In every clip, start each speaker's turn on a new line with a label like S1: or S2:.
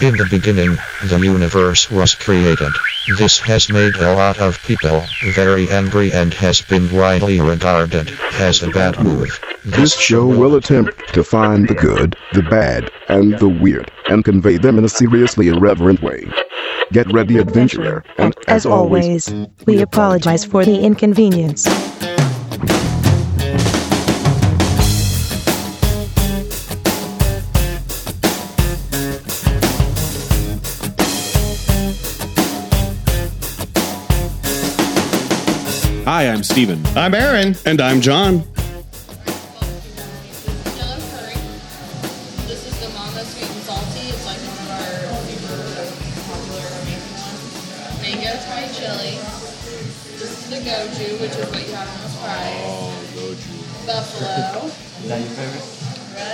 S1: In the beginning, the universe was created. This has made a lot of people very angry and has been widely regarded as a bad move.
S2: This show will attempt to find the good, the bad, and the weird, and convey them in a seriously irreverent way. Get ready, adventurer, and
S3: As always, we apologize for the inconvenience.
S4: Hi, I'm Steven.
S5: I'm Aaron.
S6: And I'm John.
S7: Hello, Curry. This is the Mama Sweet and Salty. It's like one of our super popular Jamaican ones. Mango Thai chili. This is the goju, which is what you have on those fries. Buffalo.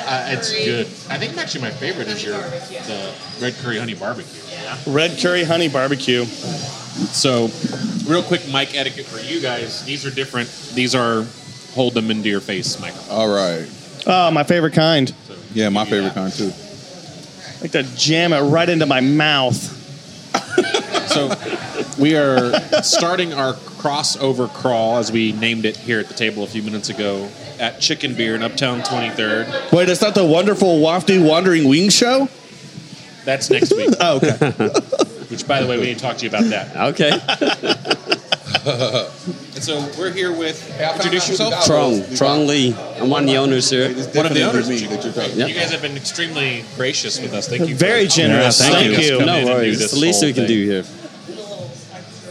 S5: Uh, it's
S7: Curry.
S5: good. I think actually my favorite is your the red curry honey barbecue.
S6: Red curry honey barbecue.
S5: So, real quick mic etiquette for you guys. These are different. These are hold them into your face microphone.
S8: All right.
S6: Oh, my favorite kind.
S8: Yeah, my favorite kind too.
S6: I like to jam it right into my mouth.
S5: So, we are starting our crossover crawl as we named it here at the table a few minutes ago at Chicken Beer in Uptown 23rd.
S8: Wait, it's not the wonderful wafty wandering wing show?
S5: That's next week.
S8: Oh, okay.
S5: Which, by the way, we need to talk to you about that.
S9: Okay.
S5: And so we're here with
S8: Yeah, I found
S5: introduce
S8: out
S5: yourself.
S8: something
S9: Trong, Trong Lee. I'm one of the owners here.
S5: One of the owners of
S8: me
S5: Chicken
S8: that you're talking
S9: Yep.
S5: You guys have been extremely gracious with us. Thank you.
S6: Very
S5: for-
S6: generous.
S5: Yeah,
S6: Thank
S5: Let's
S6: you.
S5: come in
S9: No
S5: and do
S9: worries.
S5: this
S9: It's the least
S5: whole
S9: we can
S5: thing.
S9: do here.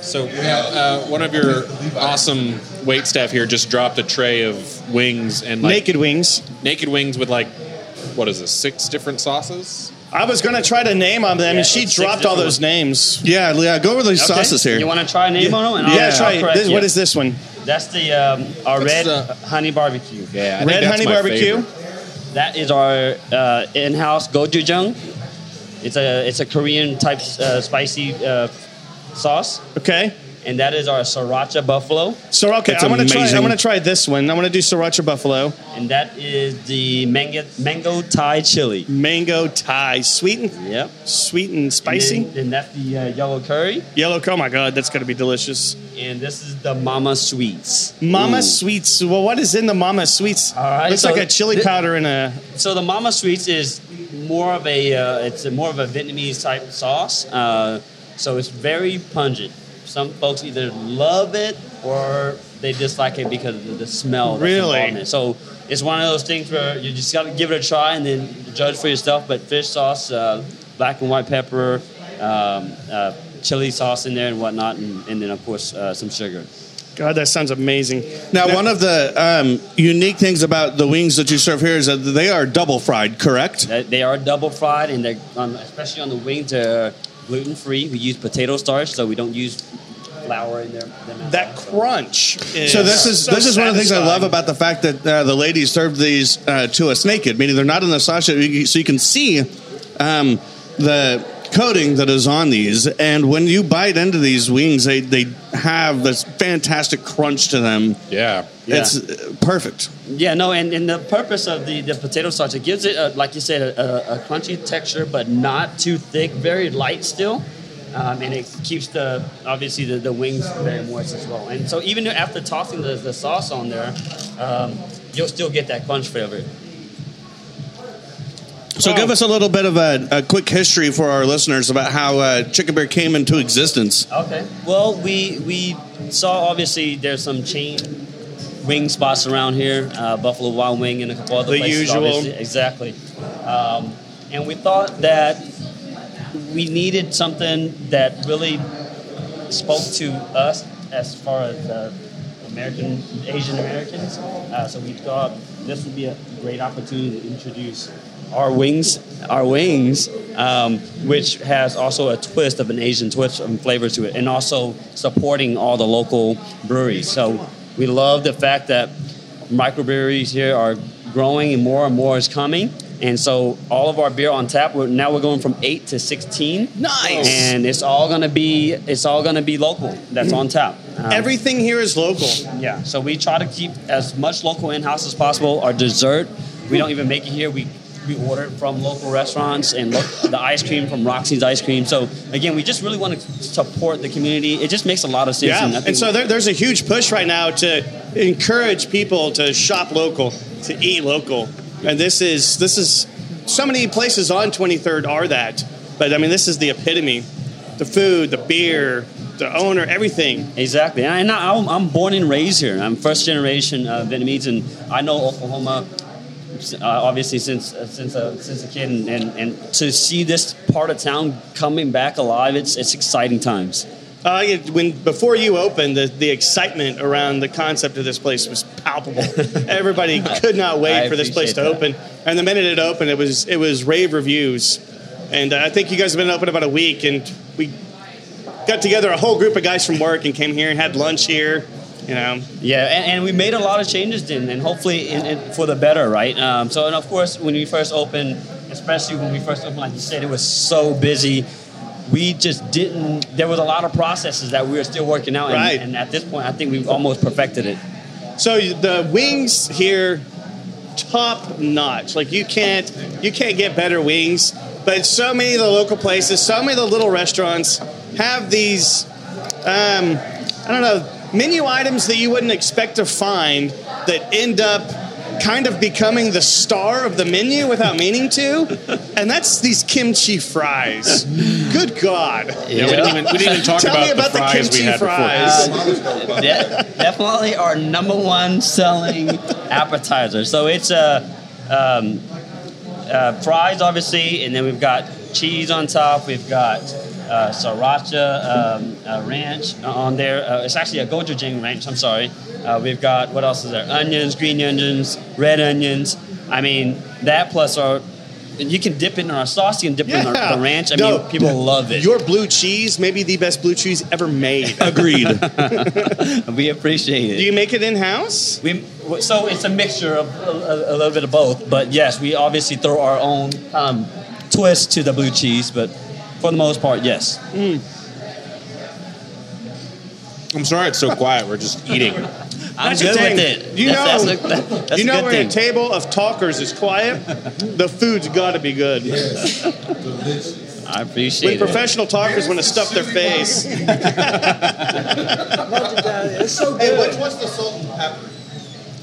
S5: So we have uh, one of your awesome wait staff here just dropped a tray of wings and like
S6: Naked wings.
S5: naked wings with like what is this six different sauces?
S6: I was gonna try to name on them, and she
S5: six
S6: dropped all
S5: different
S6: those names.
S8: Yeah, yeah, go over these sauces here.
S9: You want to try an name on it?
S6: Yeah, that's right. This- What is this one?
S9: That's the um, our
S5: That's
S9: red
S8: uh,
S5: the-
S9: honey barbecue.
S5: Yeah, I think
S6: Red
S5: that's
S6: honey
S5: my
S6: barbecue.
S5: favorite.
S9: That is our uh, in-house gochujang. It's a it's a Korean type uh, spicy uh, sauce,
S6: Okay.
S9: and that is our sriracha buffalo,
S6: So okay,
S8: That's
S6: I want to try. I
S8: amazing.
S6: want to try this one. I want to do sriracha buffalo
S9: and that is the mango mango Thai chili.
S6: mango Thai, sweet and
S9: Yep.
S6: sweet and spicy.
S9: And, then- and that's the uh, yellow curry,
S6: Yellow. Oh my god, that's gonna be delicious.
S9: and this is the mama sweets.
S6: Mama
S9: Ooh.
S6: sweets. Well, what is in the mama sweets?
S9: All right,
S6: Looks
S9: so
S6: like a chili
S9: thi-
S6: powder and a.
S9: So the mama sweets is more of a uh, it's a more of a Vietnamese type sauce. Uh, so it's very pungent. Some folks either love it or they dislike it because of the smell. that's
S6: Really?
S9: involved in it. So it's one of those things where you just got to give it a try and then judge for yourself. But fish sauce, uh, black and white pepper, um, uh, chili sauce in there and whatnot, and, and then of course uh, some sugar.
S6: God, that sounds amazing.
S8: Now, one of the um, unique things about the wings that you serve here is that they are double fried, correct?
S9: They they are double fried, and they're on, especially on the wings, they're gluten free. We use potato starch, so we don't use flour in there.
S6: That crunch. Is
S8: So this is
S6: so
S8: this is one of the things I love
S6: satisfying.
S8: about the fact that uh, the ladies served these uh, to us naked, meaning they're not in the sauce, so you so you can see um, the coating that is on these. And when you bite into these wings, they they have this fantastic crunch to them.
S5: Yeah.
S8: It's uh, perfect.
S9: yeah, no, and, and the purpose of the, the potato starch, it gives it, a, like you said, a, a, a crunchy texture, but not too thick, very light still. Um, and it keeps the obviously the, the wings very moist as well. And so even after tossing the, the sauce on there, um, you'll still get that crunch flavor.
S8: So give us a little bit of a, a quick history for our listeners about how uh, Chicken Bear came into existence.
S9: Okay. Well, we we saw obviously there's some chain wing spots around here, uh, Buffalo Wild Wing and a couple other
S6: The
S9: places.
S6: usual.
S9: obviously. Exactly. Um, and we thought that we needed something that really spoke to us as far as uh, American Asian Americans. Uh, so we thought this would be a great opportunity to introduce our wings, our wings, um, which has also a twist of an Asian twist and flavor to it, and also supporting all the local breweries. So we love the fact that microbreweries here are growing, and more and more is coming. And so all of our beer on tap. We're, now we're going from eight to sixteen.
S6: Nice.
S9: And it's all gonna be it's all gonna be local. That's on tap. Um,
S6: Everything here is local.
S9: yeah. So we try to keep as much local in house as possible. Our dessert, we don't even make it here. We we order it from local restaurants and lo- the ice cream from Roxy's Ice Cream. So again, we just really want to support the community. It just makes a lot of sense. I
S6: Yeah,
S9: think
S6: and so there, there's a huge push right now to encourage people to shop local, to eat local, and this is this is so many places on 23rd are that, but I mean this is the epitome, the food, the beer, the owner, everything.
S9: Exactly, and I, I'm, I'm born and raised here. I'm first generation uh, Vietnamese, and I know Oklahoma uh, obviously since uh, since uh, since a kid, and, and, and to see this part of town coming back alive, it's it's exciting times.
S6: Uh, you- when before you opened, the, the excitement around the concept of this place was palpable. Everybody could not wait
S9: I
S6: for this place to
S9: appreciate
S6: open, and the minute it opened, it was it was rave reviews. And uh, I think you guys have been open about a week, and we got together a whole group of guys from work and came here and had lunch here. You know,
S9: Yeah, and, and we made a lot of changes then, and hopefully in, in, for the better, right? Um, so, and of course, when we first opened, especially when we first opened, like you said, it was so busy. We just didn't. There was a lot of processes that we were still working out, and,
S6: Right.
S9: and at this point, I think we've almost perfected it.
S6: so the wings here top notch. Like you can't you can't get better wings. But so many of the local places, so many of the little restaurants have these um, I don't know menu items that you wouldn't expect to find that end up kind of becoming the star of the menu without meaning to, and that's these kimchi fries. Good God!
S5: Yeah, we didn't even, we didn't even talk
S6: Tell
S5: about,
S6: me about
S5: the
S6: the
S5: fries we
S6: kimchi
S5: had
S6: fries.
S9: Um, De- definitely our number one selling appetizer. So it's a um, uh, fries, obviously, and then we've got cheese on top. We've got uh, sriracha um, uh, ranch on there. Uh, it's actually a gochujang ranch. I'm sorry. Uh, we've got what else is there? Onions, green onions, red onions. I mean, that plus our. And you can dip it in our sauce. You can dip it in our, the ranch. I
S6: No,
S9: mean, people love it.
S6: Your blue cheese, may be the best blue cheese ever made.
S8: Agreed.
S9: we appreciate it.
S6: Do you make it in house?
S9: We, so it's a mixture of a, a, a little bit of both, but yes, we obviously throw our own um, twist to the blue cheese, but for the most part, yes.
S8: Mm.
S5: before. I'm sorry it's so quiet. We're just eating.
S9: I'm
S6: the
S9: good
S6: thing.
S9: with it.
S6: You
S9: That's-
S6: know,
S9: that's a- that's
S6: you
S9: a
S6: know
S9: good
S6: when
S9: thing.
S6: a table of talkers is quiet, the food's got to be good.
S9: I
S6: When
S9: appreciate it.
S6: professional talkers want to stuff their face.
S4: It's so
S10: Hey,
S4: good.
S10: what's, what's the salt and pepper?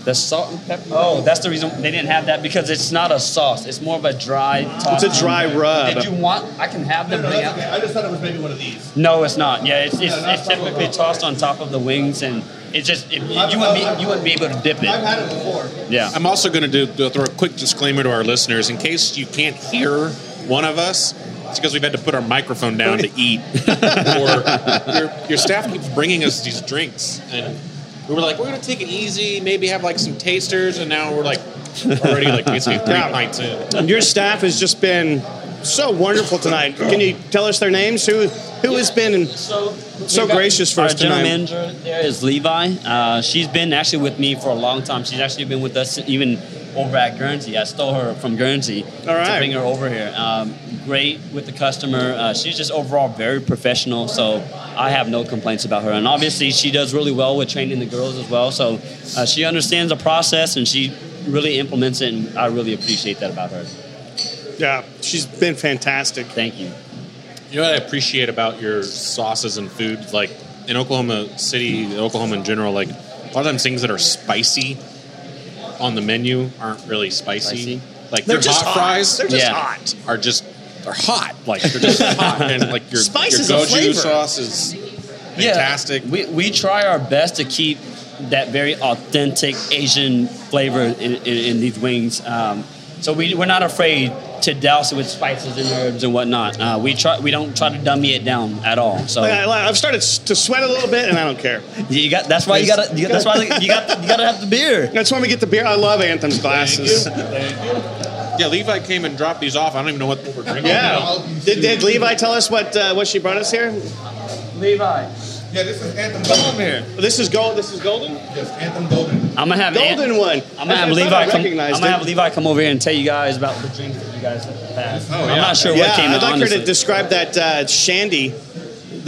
S9: The salt and pepper. Oh, that's the reason they didn't have that because it's not a sauce. It's more of a dry. Toss.
S6: It's a dry rub.
S9: Did you want? I can have them.
S10: No,
S9: bring
S10: that's
S9: out-
S10: okay. I just thought it was maybe one of these.
S9: No, it's not. Yeah, it's, it's,
S10: No, no,
S9: it's
S10: no, no, no.
S9: typically tossed on top of the wings, and it just it, you
S10: I've-
S9: wouldn't
S10: I've-
S9: be you wouldn't be able to dip
S10: I've
S9: it.
S10: had it before.
S9: Yeah.
S5: I'm also going to do throw a quick disclaimer to our listeners in case you can't hear one of us. It's because we've had to put our microphone down to eat, or your, your staff keeps bringing us these drinks, and we were like, we're going to take it easy, maybe have like some tasters, and now we're like already like basically three
S6: Yeah.
S5: pints in.
S6: Your staff has just been so wonderful tonight. Can you tell us their names? Who who has been?
S9: so
S6: So
S9: we've got-
S6: gracious for
S9: our
S6: us
S9: general
S6: tonight.
S9: manager there is Levi. Uh, she's been actually with me for a long time. She's actually been with us even over at Guernsey. I stole her from Guernsey
S6: All right.
S9: to bring her over here. Um, great with the customer. Uh, she's just overall very professional. So I have no complaints about her. And obviously, she does really well with training the girls as well. So uh, she understands the process and she really implements it. And I really appreciate that about her.
S6: Yeah, she's been fantastic.
S9: Thank you.
S5: You know what I appreciate about your sauces and food? Like in Oklahoma City, Oklahoma in general, like a lot of times things that are spicy on the menu aren't really spicy.
S9: Spicy?
S5: Like
S6: They're
S5: your
S6: just
S5: hot
S6: hot.
S5: fries
S6: They're just
S9: Yeah.
S6: hot.
S5: are just they're hot. Like they're just hot and like your,
S6: Spice
S5: your
S6: is a
S5: goju
S6: flavor.
S5: sauce is fantastic.
S9: Yeah, we, we try our best to keep that very authentic Asian flavor in, in, in these wings. Um, so we, we're not afraid to douse it with spices and herbs and whatnot. Uh, we try we don't try to dummy it down at all. So
S6: Like, I, have started s- to sweat a little bit, and I don't care.
S9: you got that's why you gotta you, that's why you got you gotta have the beer.
S6: That's when we get the beer. I love Anthem's glasses.
S5: Yeah, Levi came and dropped these off. I don't even know what we're drinking.
S6: Yeah. Did, did Levi tell us what uh, what she brought us here?
S9: Levi,
S10: Yeah, this is Anthem Golden.
S6: Here. This is gold. This is golden.
S10: Yes, Anthem Golden.
S9: I'm gonna have
S6: Golden
S9: Ant-
S6: one.
S9: I'm gonna have
S6: I thought
S9: Levi
S6: I
S9: come. I'm
S6: recognized
S9: gonna
S6: it.
S9: have Levi come over here and tell you guys about the drinks that you guys have.
S10: Oh, yeah.
S9: I'm not sure
S6: Yeah,
S9: what came
S6: I'd
S9: out,
S6: like her
S9: honestly.
S6: to describe that uh, shandy.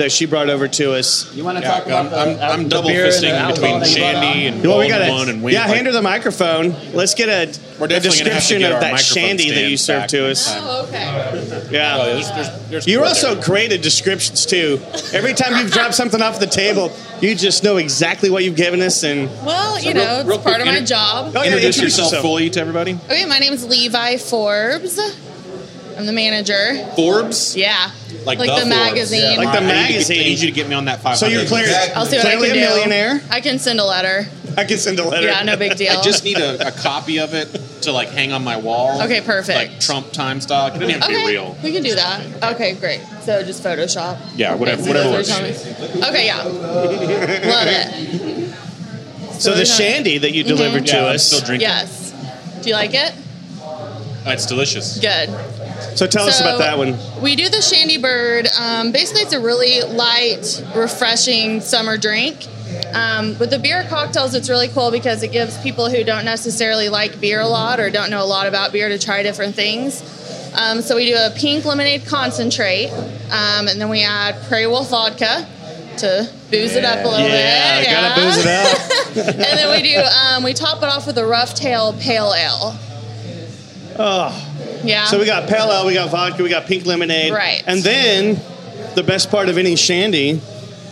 S6: that she brought over to us.
S9: You want to
S5: Yeah,
S9: talk about
S5: I'm, I'm,
S9: the,
S5: I'm
S9: the
S5: double
S9: beer and the
S5: fisting
S9: alcohol
S5: between
S9: that you brought
S5: Shandy
S9: on?
S5: and
S6: Well, we
S5: Bald
S6: gotta,
S5: One and Wing.
S6: yeah, hand her the microphone. Let's get a,
S5: We're definitely
S6: a
S5: gonna have to
S6: description
S5: get
S6: of
S5: our
S6: that
S5: microphone
S6: shandy that you
S5: stands back
S6: served to
S5: next
S6: us.
S5: time.
S7: Oh, okay.
S6: Yeah.
S5: Oh, there's- there's- there's
S6: You're
S5: more
S6: also
S5: there.
S6: great at descriptions too. Every time you've dropped something off the table, you just know exactly what you've given us, and
S7: Well, you know, it's
S5: real quick,
S7: part of my
S5: inter-
S7: job.
S6: Oh, yeah,
S5: Introduce
S6: introduce
S5: yourself
S6: yourself.
S5: fully to everybody.
S7: Okay, my name's Levi Forbes. I'm the manager.
S5: Forbes.
S7: Yeah.
S5: Like,
S7: the,
S5: Forbes.
S7: magazine.
S5: Yeah.
S6: Like
S5: All right, I
S6: the
S5: need to get-
S6: magazine.
S5: I need you to get me on that five.
S6: so you're clear.
S7: I'll see what
S6: clearly
S7: I can
S6: a
S7: do.
S6: millionaire.
S7: I can send a letter.
S6: I can send a letter.
S7: Yeah, no big deal.
S5: I just need a, a copy of it to like hang on my wall.
S7: Okay, perfect.
S5: Like Trump time stock. It doesn't have to
S7: okay,
S5: be real.
S7: we can do that. Okay, great. So just Photoshop.
S5: Yeah, whatever-
S7: Is
S5: whatever
S7: what you're
S5: works.
S7: telling me? Okay, yeah. Love it.
S6: So the shandy that
S7: Mm-hmm.
S6: you delivered
S5: Yeah,
S6: to
S5: I'm
S6: us.
S5: still drinking.
S7: Yes. Do you like it?
S5: Oh, it's delicious.
S7: Good.
S6: so tell us
S7: So,
S6: about that one.
S7: We do the Shandy Bird. Um, basically, it's a really light, refreshing summer drink. Um, with the beer cocktails, it's really cool because it gives people who don't necessarily like beer a lot or don't know a lot about beer to try different things. Um, so we do a pink lemonade concentrate, um, and then we add Prairie Wolf vodka to booze it up a little
S6: Yeah,
S7: bit.
S6: gotta booze it up.
S7: and then we do um, we top it off with a Rough Tail Pale Ale.
S6: Oh.
S7: Yeah.
S6: So we got pale ale, we got vodka, we got pink lemonade.
S7: Right.
S6: And then the best part of any shandy,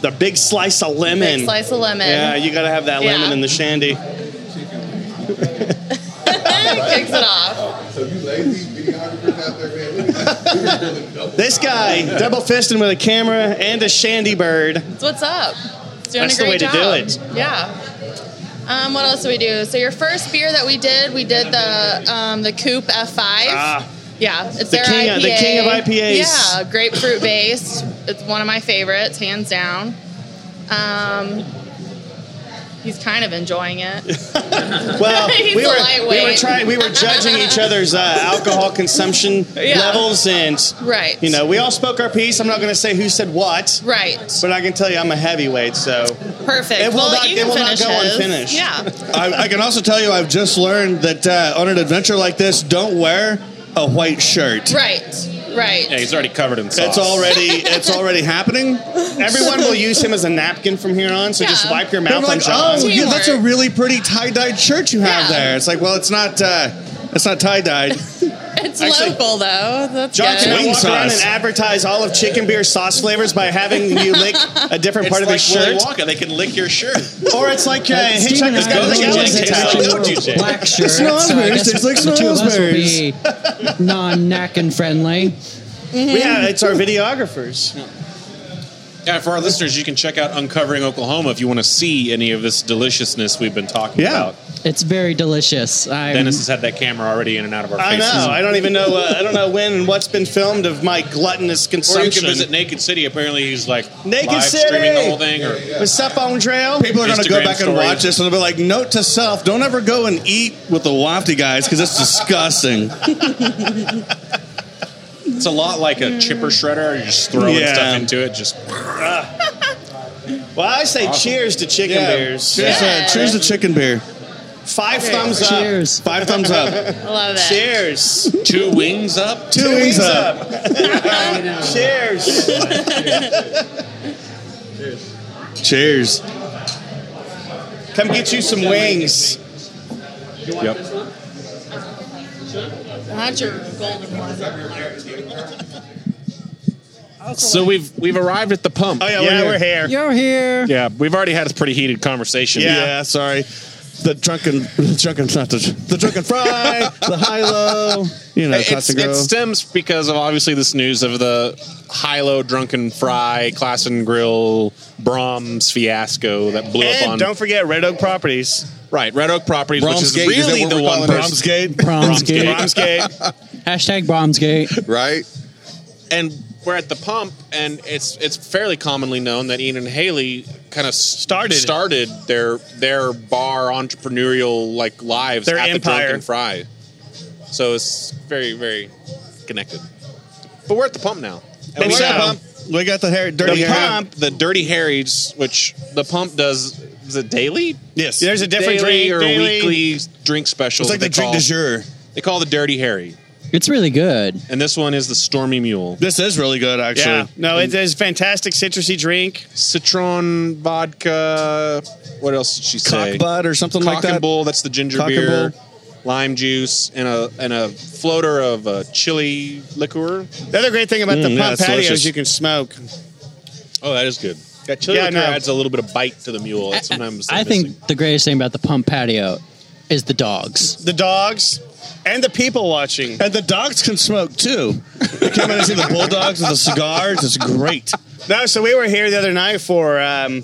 S6: the big slice of lemon.
S7: Big slice of lemon.
S6: Yeah, you gotta have that lemon
S7: Yeah.
S6: in the shandy.
S7: kicks it off.
S10: So you lazy videographers out there, man, look at that. We were building double.
S6: This guy double fisting with a camera and a shandy bird.
S7: That's what's up. It's doing
S6: That's
S7: a
S6: the way
S7: great
S6: to do
S7: job. it. Yeah. Um, what else do we do? So your first beer that we did, we did the um, the Coop F5.
S6: Ah.
S7: yeah, it's
S6: The
S7: their
S6: king
S7: IPA.
S6: of- the king of IPAs.
S7: Yeah, grapefruit based. It's one of my favorites, hands down. Um, he's kind of enjoying it.
S6: Well,
S7: He's
S6: we
S7: a
S6: were we
S7: lightweight.
S6: were trying we were judging each other's uh, alcohol consumption
S7: Yeah.
S6: levels and
S7: Right.
S6: you know we all spoke our piece. I'm not going to say who said what,
S7: Right.
S6: but I can tell you I'm a heavyweight. So
S7: Perfect.
S6: It will
S7: well,
S6: not-
S7: you
S6: it
S7: can
S6: will not
S7: finish
S6: go
S7: his.
S6: unfinished.
S7: Yeah.
S8: I, I can also tell you, I've just learned that uh, on an adventure like this, don't wear a white shirt.
S7: Right. Right.
S5: Yeah, he's already covered in sauce.
S8: It's already it's already happening.
S6: everyone will use him as a napkin from here on. So just
S7: Yeah.
S6: wipe your
S8: They're
S6: mouth on
S8: like,
S6: John.
S8: oh, yeah, that's a
S7: Teamwork.
S8: really pretty tie dyed shirt you have
S7: Yeah.
S8: there. It's like, well, it's not uh, it's not tie dyed.
S7: It's
S6: Actually-
S7: local though. That's
S6: John
S7: good.
S6: can I
S8: Wing
S6: walk around
S8: sauce.
S6: and advertise all of chicken beer sauce flavors by having you lick a different
S5: It's
S6: part of
S5: like
S6: his
S5: Willy
S6: shirt,
S5: Wonka. They can lick your shirt.
S6: or it's like uh, Hitchhiker's
S5: Stephen
S6: Guide to
S5: Hawking
S6: the Galaxy
S5: takes
S6: towel.
S5: it.
S6: Nope.
S5: Don't you, Jay.
S4: black shirt. so
S8: not ours,
S4: I guess
S8: it's like
S4: the two of us will
S8: Snowsberry's.
S4: be non-knacking friendly.
S6: Yeah, it's our videographers.
S5: Yeah, for our listeners, you can check out Uncovering Oklahoma if you want to see any of this deliciousness we've been talking
S8: Yeah.
S5: about.
S4: It's very delicious. I'm,
S5: Dennis has had that camera already in and out of our
S6: I
S5: faces.
S6: know. I don't even know. Uh, I don't know when and what's been filmed of my gluttonous
S5: Or you
S6: consumption.
S5: can visit Naked City. Apparently, he's like
S6: Naked
S5: live
S6: City!
S5: streaming the whole thing. Or
S6: What's up, on trail?
S8: People are going to go
S5: Instagram
S8: back and
S5: story.
S8: watch this and they'll be like, note to self, don't ever go and eat with the wafty guys because it's disgusting.
S5: it's a lot like a chipper shredder. You're just throwing
S8: Yeah.
S5: stuff into it. Just Ah.
S6: Well, I say cheers to chicken beers.
S8: Cheers, uh,
S7: Yeah.
S8: cheers to chicken beer.
S6: Five thumbs up.
S4: cheers.
S8: Five thumbs up.
S7: I love it.
S6: Cheers.
S5: two wings up.
S8: Two wings up.
S6: Cheers.
S8: Cheers.
S6: Come get you some wings.
S5: Yep.
S7: Not your golden one.
S5: So we've we've arrived at the pump.
S6: Oh yeah, we're, here.
S4: You're here.
S5: Yeah, we've already had a pretty heated conversation.
S8: Yeah, sorry. The drunken, the drunken, not the, the drunken fry, the high low, you know,
S5: It's,
S8: It's,
S5: it stems because of obviously this news of the high-low drunken fry, class and grill, Brahms fiasco that blew up on
S6: And don't forget Red Oak Properties.
S5: right Red Oak Properties, which is
S11: Brahmsgate, is that
S5: really
S11: what
S5: the
S11: we're
S5: one
S11: calling
S5: person.
S11: it?
S4: Bromsgate.
S6: Bromsgate.
S4: Hashtag Bromsgate.
S11: right?
S5: and we're at the pump, and it's it's fairly commonly known that Ian and Haley kind of
S6: Started it.
S5: started their their bar entrepreneurial like lives
S6: Their
S5: at the
S6: empire.
S5: Drunken Fry. So it's very very connected. But we're at the pump now. And
S6: Baby
S5: we
S6: step
S5: got
S6: up.
S8: We got the hair, dirty
S5: the
S8: hair.
S5: pump, the Dirty Harry's, which the pump does is it daily?
S8: Yes.
S6: There's a different
S5: daily
S6: drink
S5: or
S6: daily.
S5: weekly drink special.
S8: It's like
S5: that
S8: the drink
S5: they
S8: du
S5: call,
S8: jour.
S5: They call the Dirty Harry.
S4: It's really good.
S5: And this one is the Stormy Mule.
S8: This is really good, actually. Mm.
S6: Yeah. No, it is a fantastic citrusy drink.
S5: Citron vodka. What else did she say?
S8: Cock butt or something like
S5: Cock
S8: that.
S5: and Bull. That's the ginger
S8: Cock and
S5: beer.
S8: Bull.
S5: Lime juice and a and a floater of uh, chili liqueur.
S6: The other great thing about
S8: Mm,
S6: the
S8: yeah,
S6: pump
S8: it's
S6: patio
S8: delicious.
S6: is you can smoke.
S5: Oh, that is good. Yeah, chili
S6: Yeah,
S5: liqueur
S6: no.
S5: adds a little bit of bite to the mule. That's sometimes
S4: I
S5: they're
S4: think
S5: missing.
S4: the greatest thing about the pump patio is the dogs.
S6: The dogs and the people watching.
S8: And the dogs can smoke too. They come in and see the bulldogs with the cigars. It's great.
S6: No, so we were here the other night for um,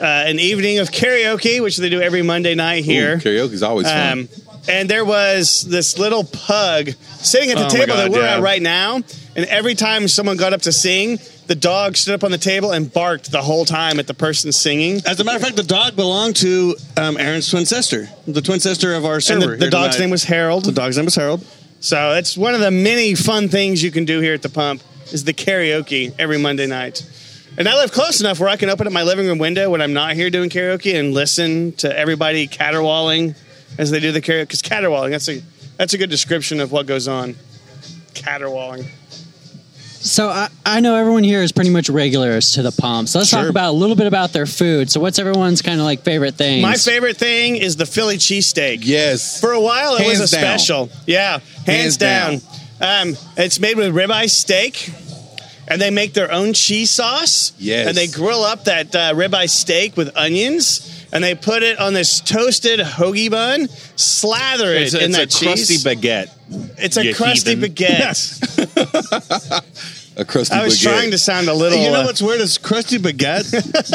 S6: uh, an evening of karaoke, which they do every Monday night here.
S11: Karaoke's always fun.
S6: Um, and there was this little pug sitting at the
S8: Oh my
S6: table that
S8: God,
S6: we're
S8: yeah.
S6: at right now. And every time someone got up to sing, the dog stood up on the table and barked the whole time at the person singing.
S8: As a matter of fact, the dog belonged to um, Aaron's twin sister, the twin sister of our
S6: And
S8: server.
S6: the, the
S8: here
S6: dog's
S8: tonight.
S6: name was Harold.
S8: The dog's name was Harold.
S6: So it's one of the many fun things you can do here at the pump is the karaoke every Monday night. And I live close enough where I can open up my living room window when I'm not here doing karaoke and listen to everybody caterwauling as they do the karaoke. Because caterwauling, that's a that's a good description of what goes on. Caterwauling.
S4: So I, I know everyone here is pretty much regulars to the pump. So let's talk about a little bit about their food. So what's everyone's kind of like favorite thing?
S6: My favorite thing is the Philly cheesesteak.
S11: Yes.
S6: For a while, it was
S11: Hands
S6: a
S11: down.
S6: special. Yeah, hands,
S11: Hands
S6: down.
S11: down.
S6: Um, it's made with ribeye steak, and they make their own cheese sauce.
S11: Yes.
S6: And they grill up that uh, ribeye steak with onions, and they put it on this toasted hoagie bun, slather it
S5: it's,
S6: in
S5: it's a
S6: that cheese.
S5: crusty baguette.
S6: it's a
S5: you
S6: crusty
S5: heathen.
S6: baguette.
S11: a crusty
S6: I was
S11: baguette.
S6: trying to sound a little.
S8: you know
S6: uh,
S8: what's weird is crusty baguette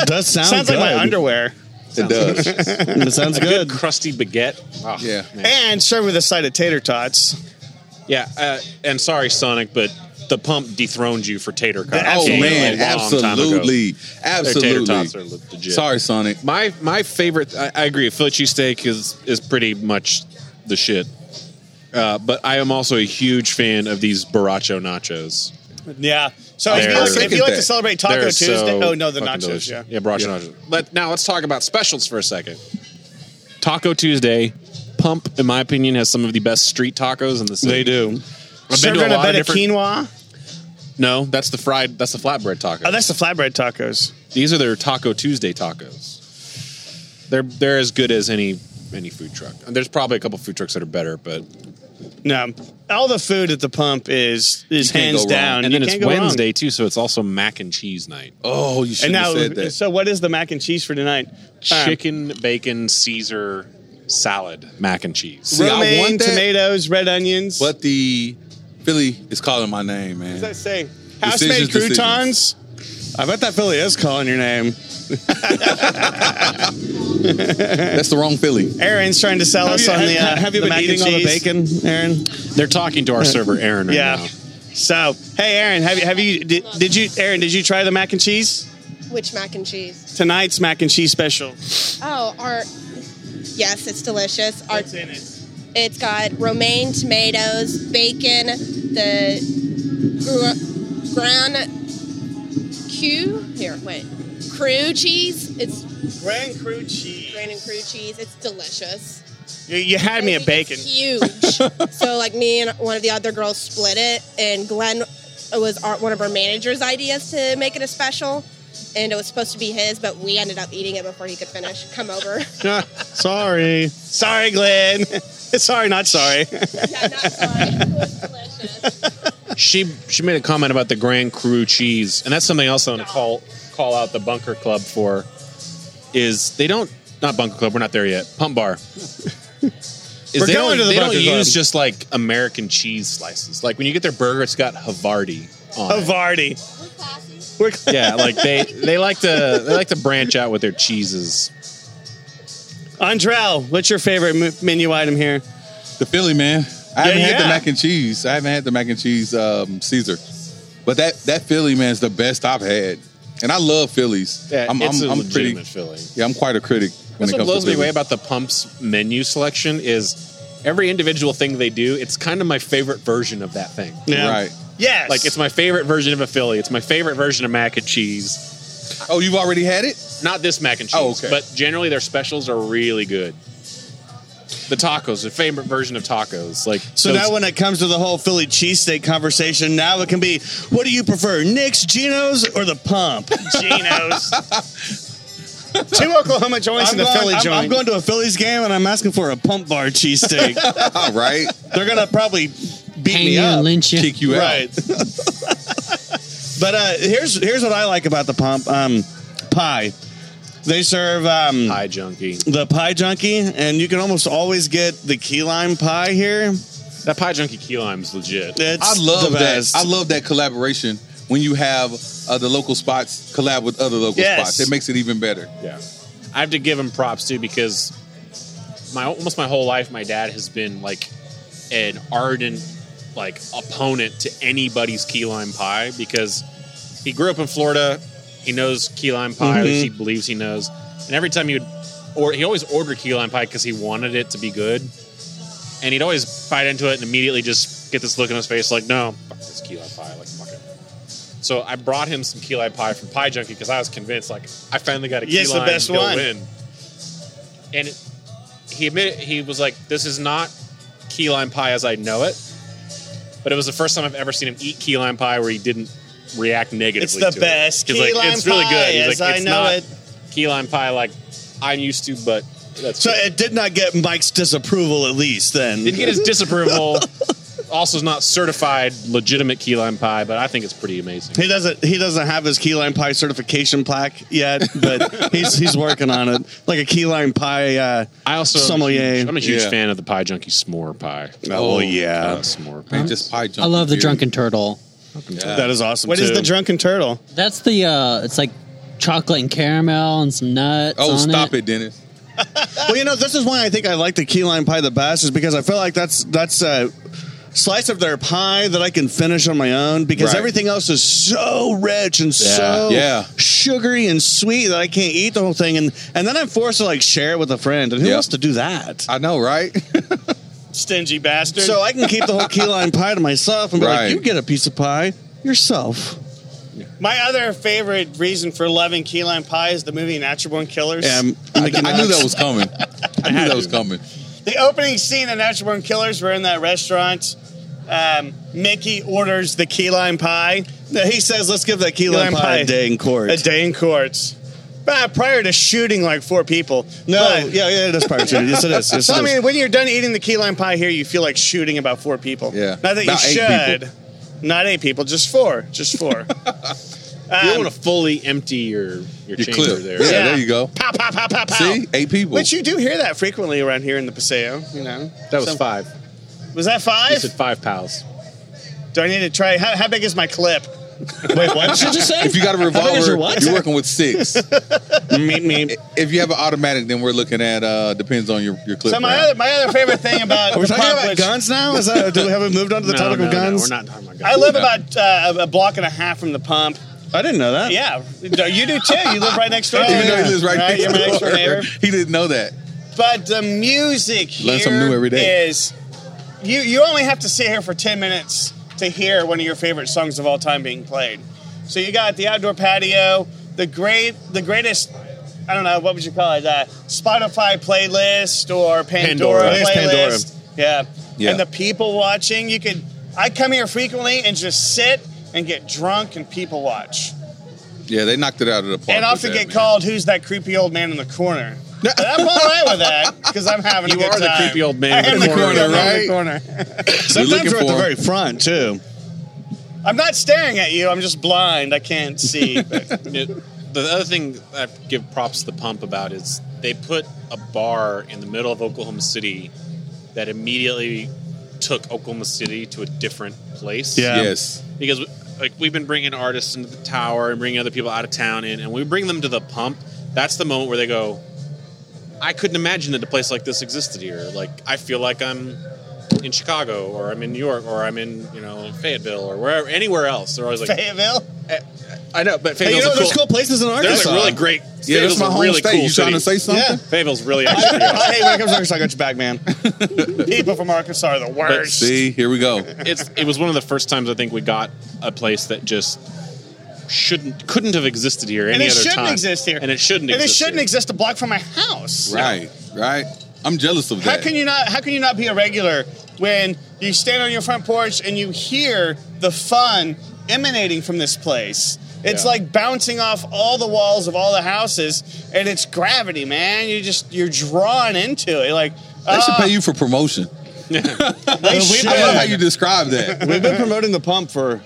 S8: does sound
S6: sounds like my
S8: good.
S6: underwear.
S11: It does.
S8: It sounds good.
S5: crusty baguette. Oh,
S11: Yeah.
S6: And served with a side of tater tots.
S5: Yeah, uh, and sorry, Sonic, but the pump dethroned you for tater tots.
S11: Oh
S5: a
S11: man,
S5: long time ago.
S11: absolutely,
S5: Their tater tots are
S11: absolutely.
S5: legit.
S11: Sorry, Sonic.
S5: my my favorite. I, I agree. Philly cheesesteak is is pretty much the shit. Uh, but I am also a huge fan of these Baracho nachos.
S6: Yeah. So if
S5: They're-
S6: you, like, if you like to
S11: Second
S6: celebrate Taco
S5: They're
S6: Tuesday,
S5: so
S6: oh no, the
S5: fucking
S6: nachos.
S5: delicious.
S6: Yeah.
S5: yeah, Baracho nachos. Let, now let's talk about specials for a second. Taco Tuesday, Pump, in my opinion, has some of the best street tacos in the city.
S8: They do.
S5: I've been
S6: Served
S5: to a
S6: on a
S5: lot of
S6: bed of
S5: different.
S6: quinoa.
S5: No, that's the fried. That's the flatbread taco.
S6: Oh, that's the flatbread tacos.
S5: These are their Taco Tuesday tacos. They're they're as good as any any food truck. And there's probably a couple food trucks that are better, but
S6: No, all the food at the pump is is
S11: You can't
S6: hands
S11: go wrong.
S6: down.
S5: and, then
S6: You
S5: it's
S6: can't go wrong.
S5: Wednesday too, so it's also mac and cheese night.
S11: Oh, you
S6: And
S11: should have said
S6: now,
S11: that.
S6: so what is the mac and cheese for tonight? Um,
S5: Chicken, bacon, Caesar salad, mac and cheese.
S11: See, I
S6: romaine,
S11: want that.
S6: tomatoes, red onions. What
S11: But the Philly is calling my name,
S6: does that
S11: man.
S6: say? House made
S11: Decisions, decisions.
S6: croutons.
S8: I bet that Philly is calling your name.
S11: That's the wrong Philly.
S6: Aaron's trying to sell
S8: Have
S6: us
S8: you,
S6: on
S8: have-
S6: the. Uh,
S8: have you
S6: the
S8: been
S6: mac and
S8: eating all the
S6: cheese.
S8: bacon, Aaron?
S5: They're talking to our server Aaron right
S6: Yeah.
S5: now.
S6: So, hey, Aaron, have you have you did, did you Aaron did you try the mac and cheese
S12: Which mac and cheese?
S6: tonight's mac and cheese special?
S12: Oh, our yes, it's delicious. Our,
S6: What's in it?
S12: it's got romaine, tomatoes, bacon, the gr- gran Q. Here, wait, crew cheese. It's
S6: Grand crew cheese.
S12: gran and crew cheese. It's delicious.
S6: You, you had me
S12: I
S6: at
S12: think
S6: bacon.
S12: it's huge. so like me and one of the other girls split it, and Glenn it was our, one of our manager's ideas to make it a special. And it was supposed to be his, but we ended up eating it before he could finish. Come over.
S6: sorry. Sorry, Glenn. sorry, not sorry.
S12: Yeah, not sorry. It was delicious.
S5: She she made a comment about the Grand Cru cheese, and that's something else I want to call call out the Bunker Club for. Is they don't not Bunker Club? We're not there yet. Pump Bar. Is
S6: We're
S5: they don't,
S6: going to the
S5: they don't
S6: Bunker Club.
S5: use just like American cheese slices. Like when you get their burger, it's got Havarti on. it.
S6: Havarti.
S12: We're classy.
S6: We're
S5: Yeah, like they they like to they like to branch out with their cheeses.
S6: Andrell, what's your favorite m- menu item here?
S11: The Philly, man. I haven't had
S6: yeah.
S11: the mac and cheese. I haven't had the mac and cheese um, Caesar, but that that Philly man is the best I've had, and I love Phillies.
S5: Yeah,
S11: I'm,
S5: it's
S11: I'm,
S5: a
S11: I'm pretty.
S5: legitimate Philly.
S11: Yeah, I'm quite a critic when
S5: That's
S11: it
S5: what
S11: comes
S5: blows
S11: to
S5: me
S11: Philly.
S5: away about the pumps menu selection is every individual thing they do. It's kind of my favorite version of that thing.
S6: Yeah.
S11: Right.
S6: Yes.
S5: Like it's my favorite version of a Philly. It's my favorite version of mac and cheese.
S11: Oh, you've already had it?
S5: Not this mac and cheese,
S11: Oh, okay.
S5: but generally their specials are really good. the tacos, the favorite version of tacos. Like
S8: So now, when it comes to the whole Philly cheesesteak conversation, now it can be what do you prefer, Nick's, Geno's, or the pump? Geno's.
S6: Two Oklahoma joints
S8: I'm
S6: and a
S8: going-
S6: Philly
S8: I'm-
S6: joint.
S8: I'm going to a Phillies game and I'm asking for a pump bar cheesesteak. All right. They're going to probably beat
S4: Hang
S8: me
S4: you
S8: up.
S4: and lynch you. Kick you out.
S8: right. but uh, here's here's what I like about the pump um, pie. They serve um,
S5: pie junkie.
S8: The pie junkie, and you can almost always get the key lime pie here.
S5: That pie junkie key lime's legit.
S11: I love that. I love that collaboration when you have uh, the local spots collab with other local
S5: Yes.
S11: spots. It makes it even better.
S5: Yeah. I have to give him props too because my almost my whole life my dad has been like an ardent like opponent to anybody's key lime pie because he grew up in Florida. He knows key lime pie, or at least he
S8: Mhm.
S5: believes he knows. And every time he would, or he always ordered key lime pie because he wanted it to be good. And he'd always bite into it and immediately just get this look in his face like, no, fuck this key lime pie. Like, fuck it. So I brought him some key lime pie from Pie Junkie because I was convinced, like, I finally got a key
S6: Yes, the
S5: lime.
S6: best
S5: he'll
S6: one.
S5: Win. And it- he admitted, he was like, this is not key lime pie as I know it. But it was the first time I've ever seen him eat key lime pie where he didn't react negatively.
S6: It's the
S5: to
S6: best
S5: It. He's
S6: key
S5: like,
S6: lime
S5: it's really
S6: pie
S5: good. He's
S6: as
S5: like,
S6: I
S5: it's
S6: know
S5: not
S6: it."
S5: key lime pie like I'm used to, but that's
S8: So it did not get Mike's disapproval, at least. Then
S5: didn't get his disapproval. also, is not certified legitimate key lime pie, but I think it's pretty amazing.
S8: He doesn't. He doesn't have his key lime pie certification plaque yet, but he's he's working on it, like a key lime pie. Uh,
S5: I also
S8: sommelier.
S5: I'm a huge
S8: Yeah.
S5: fan of the Pie Junkie S'more Pie.
S8: Oh, yeah.
S5: I love s'more pie.
S11: Man, just pie
S4: I love the drunken turtle.
S8: That is awesome.
S6: What is
S8: too.
S6: the drunken turtle?
S4: That's the uh, it's like chocolate and caramel and some nuts.
S11: Oh,
S4: on
S11: stop it, Dennis.
S8: well, you know, this is why I think I like the key lime pie the best is because I feel like that's that's a slice of their pie that I can finish on my own because
S11: Right.
S8: everything else is so rich and
S11: Yeah.
S8: so
S11: Yeah.
S8: sugary and sweet that I can't eat the whole thing and and then I'm forced to like share it with a friend and who
S11: Yeah.
S8: wants to do that?
S11: I know, right?
S6: Stingy bastard.
S8: so I can keep the whole key lime pie to myself and be
S11: Right.
S8: like, you get a piece of pie yourself.
S6: My other favorite reason for loving key lime pie is the movie Natural Born Killers.
S11: Um, I, I knew that was coming. I knew that was coming.
S6: the opening scene of Natural Born Killers, we're in that restaurant. Um, Mickey orders the key lime pie.
S8: No, he says, let's give that key lime, pie, a day in court.
S6: A day in court. Ah, prior to shooting like four people.
S8: No,
S6: But-
S8: yeah, yeah, it is part two. Yes, it is. Yes, it
S6: So, I
S8: is.
S6: mean, when you're done eating the key lime pie here, you feel like shooting about four people.
S11: Yeah.
S6: Not that
S11: About
S6: you
S11: eight
S6: should.
S11: people.
S6: Not eight people, just four. Just four.
S5: you
S6: Um,
S5: don't want to fully empty your your,
S11: Your
S5: chamber
S11: clip.
S5: there.
S11: Yeah,
S6: Yeah.
S11: there you go.
S6: pow, pow, pow, pow, pow.
S11: See, eight people.
S6: Which you do hear that frequently around here in the Paseo, you know.
S5: That was
S6: So-
S5: five.
S6: Was that
S5: You
S6: five?
S5: said five pals.
S6: Do I need to try? How, how big is my clip? Wait, what did you just say?
S11: if you got a
S6: is
S11: revolver,
S6: your what?
S11: you're working with six.
S8: meet me.
S11: if you have an automatic, then we're looking at uh depends on your your clip.
S6: So my
S11: round.
S6: other, my other favorite thing about
S8: Are we
S6: the
S8: talking
S6: pub,
S8: about
S6: which-
S8: guns now? Is that, do we have we moved on to the
S5: No,
S8: topic
S5: no,
S8: of
S5: no,
S8: guns?
S5: we're not talking about guns.
S6: I live about uh, a block and a half from the pump.
S8: I didn't know that.
S6: Yeah, you do too. You live right next door.
S11: Even though he lives right,
S6: Right, you're my
S11: next
S6: next
S11: door,
S6: door neighbor.
S11: he didn't know that.
S6: But the music
S11: Learn
S6: here
S11: something new every day.
S6: is you you only have to sit here for 10 minutes to hear one of your favorite songs of all time being played. So you got the outdoor patio, the great the greatest I don't know what would you call it? Uh, Spotify playlist or Pandora,
S5: Pandora. It is
S6: playlist. Yeah.
S11: Yeah.
S6: And the people watching, you could I come here frequently and just sit and get drunk and people watch.
S11: Yeah, they knocked it out of the park.
S6: and
S11: with
S6: often
S11: that,
S6: get
S11: man.
S6: called who's that creepy old man in the corner. But I'm all right with that because I'm having
S5: You
S6: a good
S5: are the
S6: time.
S5: creepy old man
S6: I
S5: in
S6: am
S5: the
S6: creepy
S5: corner,
S6: old man in the corner.
S8: Sometimes
S11: looking
S8: we're at
S11: for
S8: the
S11: 'em.
S8: very front too.
S6: I'm not staring at you. I'm just blind. I can't see. But
S5: It- the other thing I give props to the pump about is they put a bar in the middle of Oklahoma City that immediately took Oklahoma City to a different place.
S8: Yeah.
S11: Yes.
S5: because like we've been bringing artists into the tower and bringing other people out of town in, and we bring them to the pump. That's the moment where they go, "I couldn't imagine that a place like this existed here." Like I feel like I'm in Chicago, or I'm in New York, or I'm in you know Fayetteville, or wherever, anywhere else. They're always like,
S6: Fayetteville.
S5: "I know," but
S8: Hey, you
S5: Fayetteville's
S8: know,
S5: a
S8: there's
S5: cool,
S8: cool places in
S5: there's
S8: Arkansas.
S5: like really great.
S11: Yeah, that's
S5: Fayetteville's
S11: my
S5: a
S11: home
S5: really
S11: state.
S5: Cool
S11: you trying to
S5: city.
S11: say something?
S8: Yeah.
S5: Fayetteville's really actually. pretty awesome.
S8: I hate when it comes to Arkansas. I got your back, man.
S6: People from Arkansas are the worst.
S11: See, here we go.
S5: it's it was one of the first times I think we got a place that just shouldn't couldn't have existed here
S6: and
S5: any
S6: it
S5: other
S6: shouldn't
S5: time.
S6: exist here.
S5: and it shouldn't
S6: And it
S5: exist
S6: shouldn't
S5: here.
S6: exist a block from my house.
S11: right, right. I'm jealous of
S6: How
S11: that.
S6: can you not? How can you not be a regular when you stand on your front porch and you hear the fun emanating from this place? It's
S11: Yeah.
S6: like bouncing off all the walls of all the houses, and it's gravity, man. You just you're drawn into it. Like
S11: They should
S6: ah,
S11: pay you for promotion.
S6: They
S11: I
S6: should.
S11: love how you describe that.
S8: We've been promoting the pump for,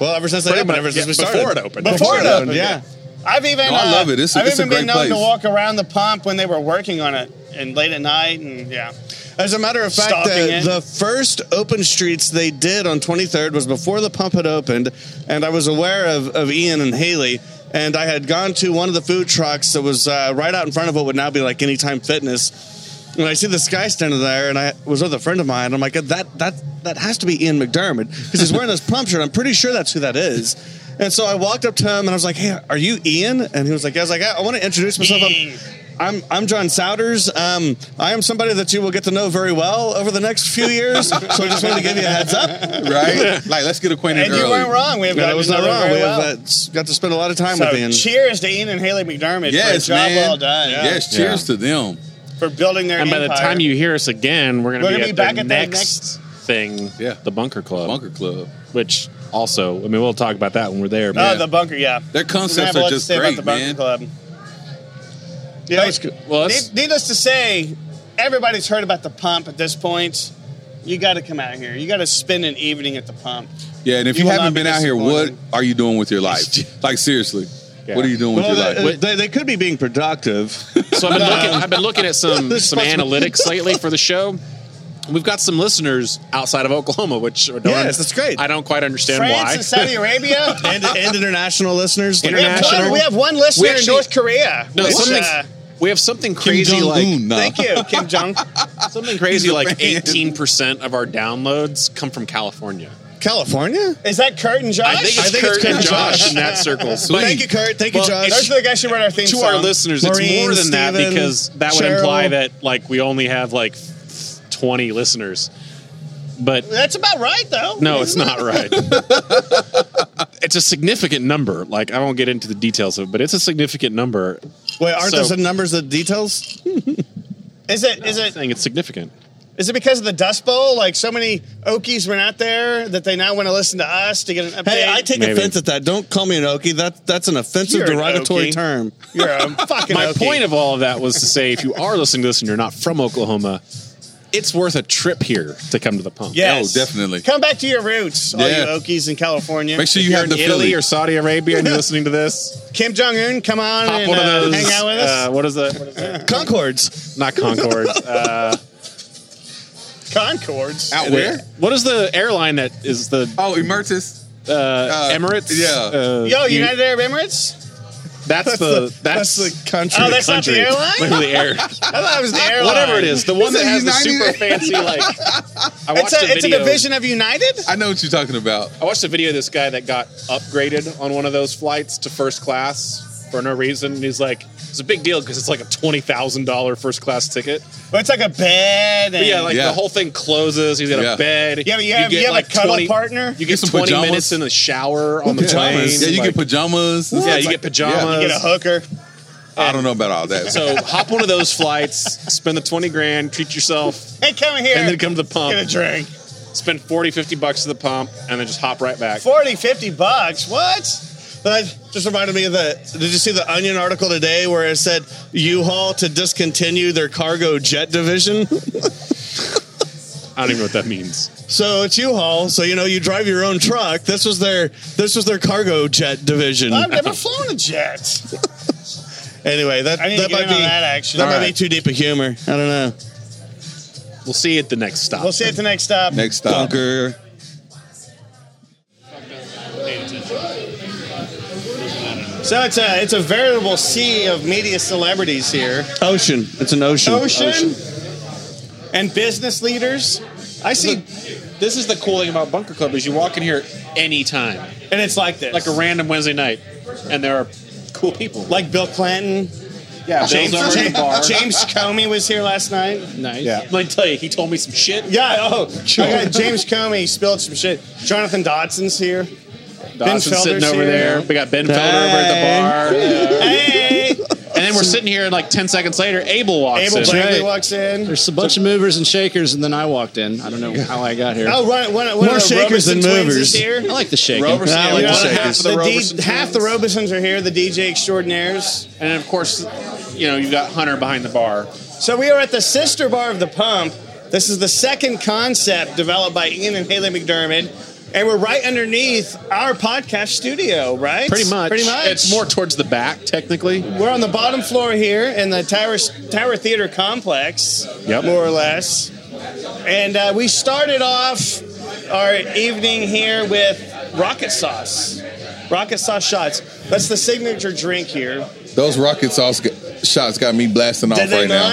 S8: well, ever since I
S11: Pretty
S8: opened,
S11: much,
S8: ever since
S11: yeah,
S8: we started.
S11: before it opened.
S6: before it opened.
S8: yeah.
S6: I've even
S11: No, I
S6: uh,
S11: love it. It's a-
S6: I've
S11: it's a
S6: even been
S11: great
S6: known to
S11: place.
S6: walk around the pump when they were working on it and late at night, and yeah.
S8: As a matter of fact,
S11: uh,
S6: Stalking
S8: the,
S6: it.
S8: the first open streets they did on 23rd was before the pump had opened, and I was aware of, of Ian and Haley. And I had gone to one of the food trucks that was uh, right out in front of what would now be like Anytime Fitness. And I see this guy standing there, and I was with a friend of mine. I'm like, that that that has to be Ian McDermott because he's wearing this pump shirt. I'm pretty sure that's who that is. And so I walked up to him and I was like, "Hey, are you Ian?" And he was like, "Yeah." "I was like, I, I want to introduce myself." I'm- I'm I'm John Souders. Um, I am somebody that you will get to know very well over the next few years. so I just wanted to give you a heads up,
S11: right? Like, let's get acquainted
S6: And you weren't wrong. We have
S8: no,
S6: gotten
S8: I was
S6: to
S8: not
S6: know them
S8: wrong.
S6: very
S8: We have
S6: well.
S8: uh, s- got to spend a lot of time with
S6: So,
S8: Ian.
S6: cheers to Ian and Haley McDermott
S11: Yes,
S6: for a job
S11: man.
S6: well done.
S11: Yes, cheers to them.
S6: for building their
S5: And by the
S6: empire.
S5: time you hear us again, we're going to
S6: We're
S5: be, at
S6: gonna be back
S5: the
S6: at the
S5: next thing,
S11: Yeah.
S5: the Bunker Club,
S11: Bunker Club.
S5: which also, I mean, we'll talk about that when we're there.
S6: oh,
S5: but-
S6: the bunker, yeah.
S11: Their concepts are just great, man.
S6: Club. Yeah,
S8: That was good.
S5: Well, that's-
S6: Need, needless to say, everybody's heard about the pump at this point. You got to come out here. You got to spend an evening at the pump.
S11: Yeah, and if
S6: You
S11: you,
S6: will
S11: haven't
S6: not be
S11: been out here, what
S6: disappointed.
S11: are you doing with your life? Like seriously, what are you doing with
S6: uh,
S11: your
S8: Well,
S11: life?
S8: they, they, they could be being productive.
S5: So I've been looking. I've been looking at some
S8: This
S5: some
S8: must-
S5: analytics lately for the show. We've got some listeners outside of Oklahoma, which are darn-
S8: Yes, that's great.
S5: I don't quite understand
S6: France
S5: why.
S6: and Saudi Arabia.
S8: and, and international listeners. like-
S6: we, have
S5: International.
S6: one, we have one listener
S5: We actually-
S6: in North Korea.
S5: no,
S6: which,
S5: something,
S6: uh,
S5: we have something crazy like
S11: Jong-un, nah.
S6: thank you, Kim Jong.
S5: something crazy
S11: He's a
S5: like
S11: man.
S5: eighteen percent of our downloads come from California.
S8: California.
S6: Is that Kurt and Josh?
S5: I think it's Kurt
S8: Kurt
S5: and
S8: and
S5: Josh in that circle. So
S8: Thank you, Kurt. Thank
S5: Well,
S8: you, Josh.
S6: Those are the guys who wrote our theme
S5: to
S6: song.
S5: our listeners, it's
S8: Maureen,
S5: more than that
S8: Steven,
S5: because that would
S8: Cheryl.
S5: imply that like we only have like twenty listeners. But
S6: That's about right, though.
S5: No, it's not right. it's a significant number. Like I won't get into the details of it, but it's a significant number.
S8: Wait, aren't
S5: So-
S8: there some numbers, the details?
S6: Is it? Is it?
S5: Saying it's significant.
S6: Is it because of the Dust Bowl? Like so many Okies went out there that they now want to listen to us to get an update.
S8: Hey, I take
S5: Maybe.
S8: offense at that. Don't call me an Okie. That, that's an offensive,
S6: You're an
S8: derogatory
S6: Okie.
S8: term.
S6: You're a fucking
S5: My
S6: Okie.
S5: point of all of that was to say, if you are listening to this and you're not from Oklahoma, it's worth a trip here to come to the pump.
S6: yes.
S11: Oh, definitely.
S6: Come back to your roots, all
S11: Yeah.
S6: you Okies in California.
S11: Make sure
S5: If
S11: you
S5: you're
S11: have
S5: in
S11: the
S5: Italy
S11: Philly.
S5: or Saudi Arabia and you're listening to this,
S6: Kim Jong Un, come on
S5: pop
S6: and
S5: one of
S6: uh,
S5: those.
S6: hang out with us.
S5: Uh, what is that? What is that?
S8: Concords.
S5: Not Concord. Uh,
S6: Concords.
S11: out where?
S5: what is the airline that is the
S11: Oh, Emeritus.
S5: uh, Emirates?
S11: yeah.
S5: Uh,
S6: Yo,
S5: you-
S6: United Arab Emirates.
S5: that's the that's,
S8: the country.
S6: Oh, that's not the airline.
S5: the air.
S6: I thought it was the airline.
S5: whatever it is, the one that
S11: said
S5: has the super
S11: United.
S5: fancy like. I watched
S6: It's a, it's a
S5: video.
S6: division of United.
S11: I know what you're talking about.
S5: I watched a video of this guy that got upgraded on one of those flights to first class for no reason, and he's like, "It's a big deal because it's like a twenty thousand dollar first class ticket."
S6: But it's like a bed.
S5: But
S6: And,
S5: yeah, like
S11: Yeah.
S5: the whole thing closes. He's got
S11: Yeah.
S5: a bed.
S6: Yeah, but you have- you have a cuddle partner?
S5: You get
S11: some
S5: twenty
S11: pajamas.
S5: minutes in the shower on the plane.
S11: Yeah, you
S5: like-
S11: get pajamas.
S5: Yeah, you get pajamas.
S6: you get a hooker.
S11: I don't know about all that.
S5: So hop one of those flights, spend the twenty grand, treat yourself,
S6: Hey, come here.
S5: and then come to the pump.
S6: get a drink.
S5: spend 40 50 bucks to the pump and then just hop right back
S6: 40, 50 bucks. What?
S8: That just reminded me of the. Did you see the Onion article today where it said U-Haul to discontinue their cargo jet division?
S5: i don't even know what that means
S8: so it's U-Haul. So you know you drive your own truck. This was their this was their cargo jet division.
S6: I've never flown a jet.
S8: Anyway, that
S6: I need to
S8: that
S6: get
S8: might
S6: in
S8: be
S6: on that action.
S8: that
S6: All
S8: might be
S6: right.
S8: too deep a humor. I don't know.
S5: we'll see you at the next stop
S6: We'll see you at the next stop.
S11: Next stop.
S8: Bunker.
S6: So it's a it's a veritable sea of media celebrities here.
S8: Ocean. It's an ocean.
S6: Ocean, and business leaders. I see,
S5: this is the cool thing about bunker club is you walk in here anytime
S6: and it's like this,
S5: like a random wednesday night and there are cool people
S6: like Bill Clinton.
S5: yeah
S6: James,
S5: Bill's over at the bar
S6: James Comey was here last night.
S5: nice yeah. let me tell you he told me some shit
S6: Yeah. Oh, I got James Comey spilled some shit. Jonathan Dodson's here.
S5: Dawson's
S6: Felder's
S5: sitting over
S6: here.
S5: there we got ben felder over at the bar
S6: Hey.
S5: and then then we're sitting here, and like ten seconds later, Abel walks
S13: Abel
S5: in.
S13: Bagley Right.
S6: walks in.
S13: There's a bunch of movers and shakers, and then I walked in. I don't know how I got here.
S6: Oh, one, one, one
S13: More
S6: of the
S13: shakers
S6: Roberson
S13: than
S6: twins
S13: movers.
S6: is here.
S13: I like the shaking. Roberson, I like
S6: Yeah,
S13: the
S6: one half,
S13: shakers.
S6: of the
S13: The
S6: D-
S13: Roberson
S6: half the Robesons are here. The DJ extraordinaires,
S5: and then of course, you know, you got Hunter behind the bar.
S6: So we are at the sister bar of the Pump. This is the second concept developed by Ian and Haley McDermott, and we're right underneath our podcast studio. Right,
S5: Pretty much.
S6: pretty much.
S5: It's more towards the back, technically.
S6: We're on the bottom floor here in the Tower Tower Theater complex,
S5: Yep.
S6: more or less. And uh, we started off our evening here with rocket sauce, rocket sauce shots. That's the signature drink here.
S11: Those rocket sauce g- shots got me blasting off
S6: Did they
S11: right now.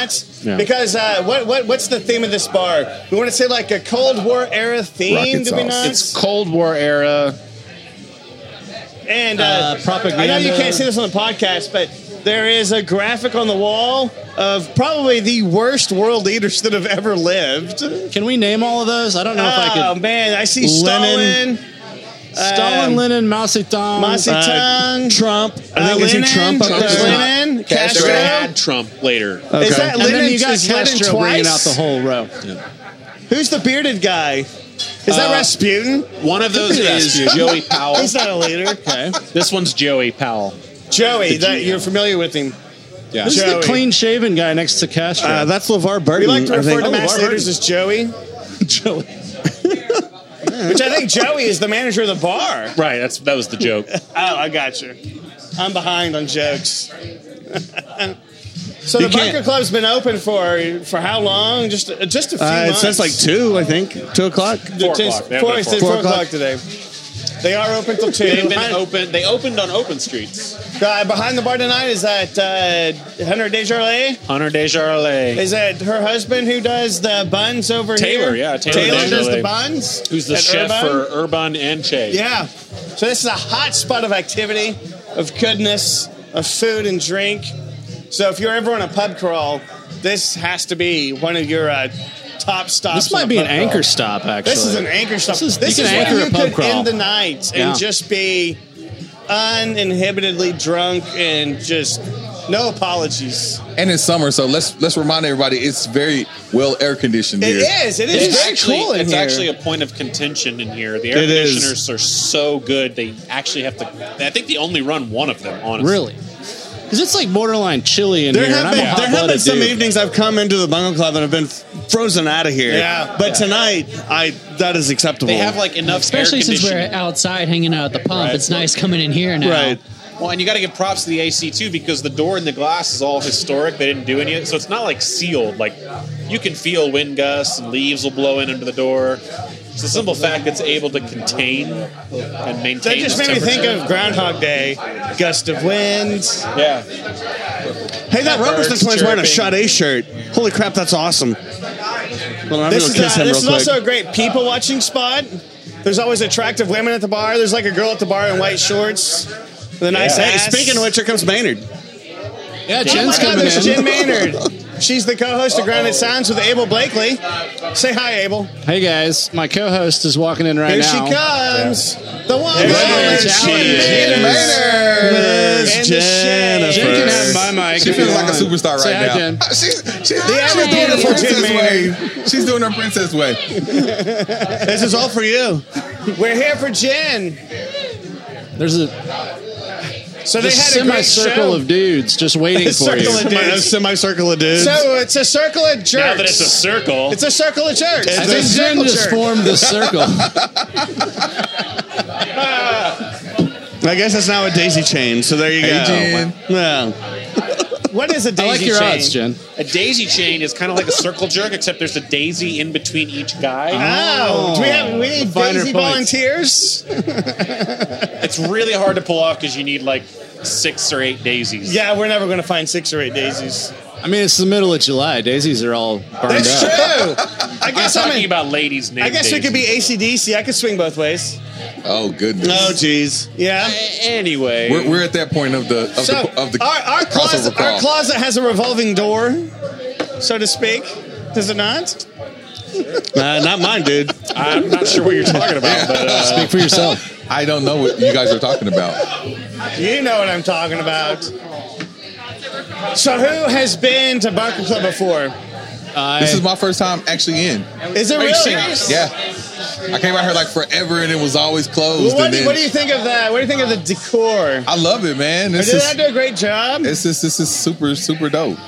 S6: not? Because uh, what, what what's the theme of this bar? We want to say like a Cold War era theme.
S5: Rocket
S6: do we
S5: sauce.
S6: not?
S5: It's Cold War era.
S6: And uh,
S5: Uh,
S6: I know you
S5: propaganda.
S6: can't see this on the podcast, but there is a graphic on the wall of probably the worst world leaders that have ever lived. Can we name all of those? I don't
S13: know if I
S6: Oh
S13: could-
S6: man, I see
S13: Lenin.
S6: Stalin.
S13: Stalin,
S6: um,
S13: Lenin, Mao Zedong,
S6: Mao Zedong,
S13: Trump.
S6: uh, Lenin, Lenin, Castro.
S5: had Trump later.
S13: Okay.
S6: Is that
S13: And then
S6: Lenin-
S13: you got
S6: is Lenin
S13: Castro bringing out the
S6: twice?
S13: whole row.
S6: Who's the bearded guy? Is that
S5: Uh,
S6: Rasputin?
S5: One of those is Joey Powell.
S6: He's not a leader. Okay.
S5: This one's Joey Powell.
S6: Joey,
S5: The
S6: that,
S5: GM.
S6: you're familiar with him.
S5: Yeah.
S13: Who's
S6: Joey.
S13: the clean-shaven guy next to Castro?
S6: Uh,
S13: that's LeVar
S6: we like to refer to mass leaders as Joey.
S13: Joey.
S6: Which I think Joey is the manager of the bar.
S5: Right. That's that was the joke.
S6: Oh, I got you. I'm behind on jokes. so
S8: You
S6: the Bunker
S8: can't-
S6: Club's been open for for how long? Just just a few
S8: Uh, it
S6: months.
S8: says like two, I think, two o'clock,
S6: Four o'clock. They open at Four- four. four o'clock today. They are open till two.
S5: They've been
S6: Behind-
S5: open. They opened on open streets.
S6: uh, behind the bar tonight is that uh, Hunter Desjardins.
S5: Hunter Desjardins.
S6: Is that her husband who does the buns over
S5: Taylor,
S6: here?
S5: yeah, Taylor
S6: does
S5: Desjardins.
S6: the buns.
S5: Who's the
S6: at
S5: chef
S6: Urban?
S5: for Urban and Che?
S6: Yeah. So this is a hot spot of activity, of goodness, of food and drink. So if you're ever on a pub crawl, this has to be one of your uh, top stops.
S13: This
S6: on a
S13: might be
S6: pub
S13: an anchor
S6: crawl.
S13: stop, actually.
S6: This is an anchor stop.
S13: This is,
S6: this
S13: you
S6: is
S13: can anchor
S6: where
S13: a
S6: you
S13: pub
S6: could
S13: crawl.
S6: end the night
S13: Yeah.
S6: and just be uninhibitedly drunk and just no apologies.
S11: And it's summer, so let's let's remind everybody it's very well air conditioned
S6: It
S11: here.
S6: is. It is very cool in
S5: It's
S6: here.
S5: actually a point of contention in here. The air
S11: It is.
S5: conditioners are so good; they actually have to. I think they only run one of them. Honestly,
S13: Really? Because it's like borderline chilly in
S8: There
S13: here.
S8: have
S13: and
S8: been,
S13: I'm
S8: there
S13: a
S8: have been
S13: hot-blooded
S8: some
S13: dude.
S8: evenings I've come into the Bungle Club and I've been f- frozen out of here.
S4: Yeah.
S8: But
S4: Yeah.
S8: tonight, I that is acceptable.
S5: They have like enough
S4: Especially
S5: air
S4: since we're
S5: conditioning.
S4: outside hanging out at the pump.
S5: Right.
S4: It's nice coming in here now.
S5: Well, and you got to give props to the AC too because the door and the glass is all historic. They didn't do any, so it's not like sealed. Like you can feel wind gusts and leaves will blow in under the door. It's the simple fact it's able to contain and maintain.
S6: That just
S5: this
S6: made me think
S5: temperature.
S6: of Groundhog Day, gust of wind.
S5: Yeah.
S8: Hey, that Roberson
S6: Birds
S8: twin's wearing a
S6: chirping.
S8: shot A shirt. Holy crap, that's awesome. Well, I'm
S6: this
S8: gonna
S6: is,
S8: kiss
S6: uh,
S8: him real
S6: this is
S8: quick.
S6: also a great people watching spot. There's always attractive women at the bar. There's like a girl at the bar in white shorts with a nice
S8: Hey,
S6: ass.
S8: speaking of which, here comes Maynard.
S13: Yeah,
S6: oh my God, there's Jen Maynard. She's the co-host of Grounded Sounds with Abel Blakely. Say hi, Abel.
S13: Hey guys, my co-host is walking in right
S6: Here
S13: now.
S6: she comes. The one.
S13: There
S6: there
S13: she
S6: she
S13: is.
S6: is.
S13: Miss
S6: And the shade.
S13: Jen can have my mic.
S11: She
S13: if
S11: feels
S13: you
S11: like a
S13: want.
S11: superstar right
S13: Say hi,
S11: now.
S13: Jen.
S11: She's, she's,
S6: The
S11: she's doing her
S6: Jen
S11: princess
S6: Maynard.
S11: way. She's doing her princess way.
S6: This is all for you. We're here for Jen.
S13: There's a
S6: So they
S13: this
S6: had a great
S13: semicircle
S6: show.
S13: of dudes just waiting for you.
S6: Circle of dudes.
S8: A semicircle of dudes.
S6: So it's a circle of jerks.
S5: Now that it's a circle,
S6: It's a circle of jerks.
S13: I
S6: It's a
S13: think Jen
S6: circle
S13: just
S6: jerk.
S13: formed the circle.
S8: I guess that's now a daisy chain. So there you
S5: Hey,
S8: go.
S5: Jen.
S8: Yeah.
S6: What is a daisy
S13: like your
S6: chain?
S13: odds, Jen.
S5: A daisy chain is kind of like a circle jerk, except there's a daisy in between each guy.
S6: Oh, do we have we
S13: The
S6: need
S13: finer
S6: daisy
S13: points.
S6: volunteers?
S5: It's really hard to pull off because you need like six or eight daisies.
S6: Yeah, we're never going to find six or eight daisies.
S13: I mean, it's the middle of July. Daisies are all burned
S6: That's
S13: up.
S6: true. I guess
S5: I'm
S6: I'm.
S5: talking
S6: in-
S5: about ladies' names.
S6: I guess we could be ACDC. I could swing both ways.
S11: Oh goodness.
S8: Oh, jeez.
S6: Yeah.
S5: Anyway,
S11: We're, we're at that point of the of
S6: So
S11: the, of the
S6: our, our,
S11: crossover
S6: closet,
S11: call.
S6: our closet has a revolving door, so to speak. Does it not?
S8: Uh, not mine, dude.
S5: I'm not sure what you're talking about, but uh,
S13: Speak for yourself.
S11: I don't know what you guys are talking about.
S6: You know what I'm talking about. So who has been to Bunker Club before?
S11: this is my first time actually in.
S6: Is it
S11: Are you
S6: really?
S11: serious? Yeah. I came out here like forever and it was always closed.
S6: Well, what,
S11: and
S6: do,
S11: then,
S6: what do you think of that? What do you think of the decor?
S11: I love it, man.
S6: Did
S11: This
S6: that
S11: is,
S6: do a great job?
S11: this is this is super super dope,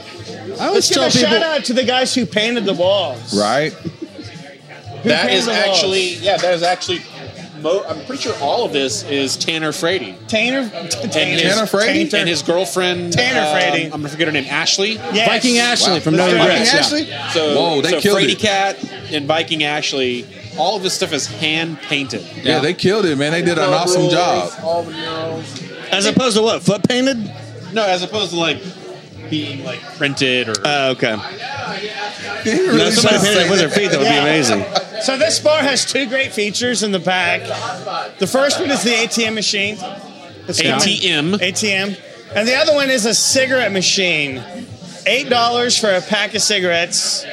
S6: I Let's give a shout out to the guys who painted the walls.
S11: right?
S6: Who
S5: That
S6: painted
S5: is
S6: the walls?
S5: actually, yeah, that is actually. Mo- I'm pretty sure all of this is Tanner Frady.
S6: Tanner,
S5: and his,
S11: Tanner Frady?
S5: and his girlfriend
S6: Tanner
S5: um,
S6: Frady.
S5: I'm gonna forget her name. Ashley.
S6: Yes. Viking Ashley
S4: from No
S5: Viking
S4: Regrets, yeah.
S5: Ashley. So,
S11: Whoa, they
S5: so
S11: killed
S5: Frady
S11: it.
S5: Cat and Viking Ashley. All of this stuff is hand painted.
S11: Yeah, they killed it, man. They did an awesome job.
S5: All the murals.
S8: As opposed to what? Foot painted?
S5: No, as opposed to like being like printed or.
S8: Uh, okay.
S11: Really
S8: No, somebody
S11: just
S8: painted
S11: say
S8: it with their
S11: that.
S8: feet. That would
S6: Yeah.
S8: be amazing.
S6: So this bar has two great features in the back. The first one is the ATM machine. That's coming.
S5: ATM.
S6: ATM. And the other one is a cigarette machine. Eight dollars for a pack of cigarettes.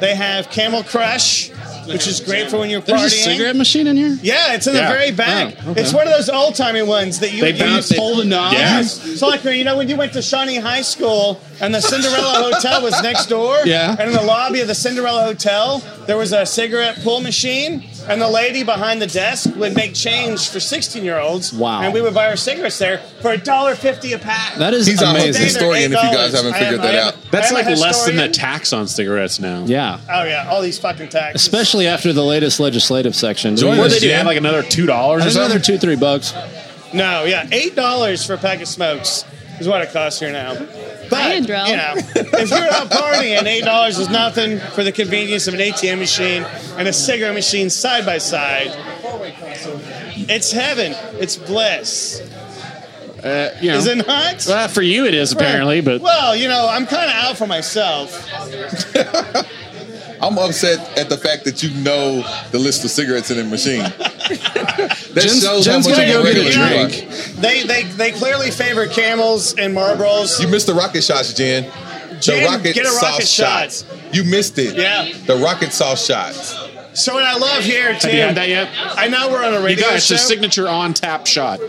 S6: They have Camel Crush, which is great for when you're partying.
S13: There's a cigarette machine in here?
S6: Yeah, it's in
S13: Yeah.
S6: the very back.
S13: Oh, okay.
S6: It's one of those old timey ones that you
S13: They
S6: would use.
S13: bounce- pull the knob?
S6: Yeah.
S13: Yeah.
S6: So like you know when you went to Shawnee High School and the Cinderella Hotel was next door.
S13: Yeah.
S6: And in the lobby of the Cinderella Hotel, there was a cigarette pull machine, and the lady behind the desk would make change for sixteen-year-olds.
S13: Wow.
S6: And we would buy our cigarettes there for a dollar fifty a pack.
S13: That is
S11: He's an
S13: amazing.
S11: amazing historian. If you guys haven't
S6: I
S11: figured
S6: am- I
S11: that
S6: am-
S11: out,
S5: That's
S6: I'm
S5: like
S6: a
S5: less than the
S6: historian.
S5: tax on cigarettes now.
S13: Yeah.
S6: Oh yeah, all these fucking taxes.
S13: Especially after the latest legislative section.
S11: Join
S13: We-
S5: What
S11: us,
S5: do they do?
S11: Jim.
S5: Have like another two dollars or
S13: Another
S5: something?
S13: two, three bucks.
S6: No, yeah, eight dollars for a pack of smokes is what it costs here now. But you
S7: Andrew.
S6: know, if you're out partying, eight dollars is nothing for the convenience of an ATM machine and a cigarette machine side by side. It's heaven. It's bliss.
S5: Uh,
S13: You know.
S6: Is it not?
S13: Well, for you it is apparently, but
S6: well, you know, I'm kind of out for myself.
S11: I'm upset at the fact that you know the list of cigarettes in the machine. that shows
S13: Jen's
S11: how much
S13: gonna go get a
S11: of radio you
S13: drink.
S11: are.
S6: They they they clearly favor Camels and Marlboros.
S11: You missed the rocket shots, Jen.
S6: Jen,
S11: the rocket,
S6: get a rocket
S11: sauce
S6: shot.
S11: shots. You missed it.
S6: Yeah.
S11: The rocket sauce shots.
S6: So what I love here too.
S5: Have you had that yet?
S6: I know we're on a
S5: You
S6: radio
S5: guys,
S6: show.
S5: the signature on tap shot.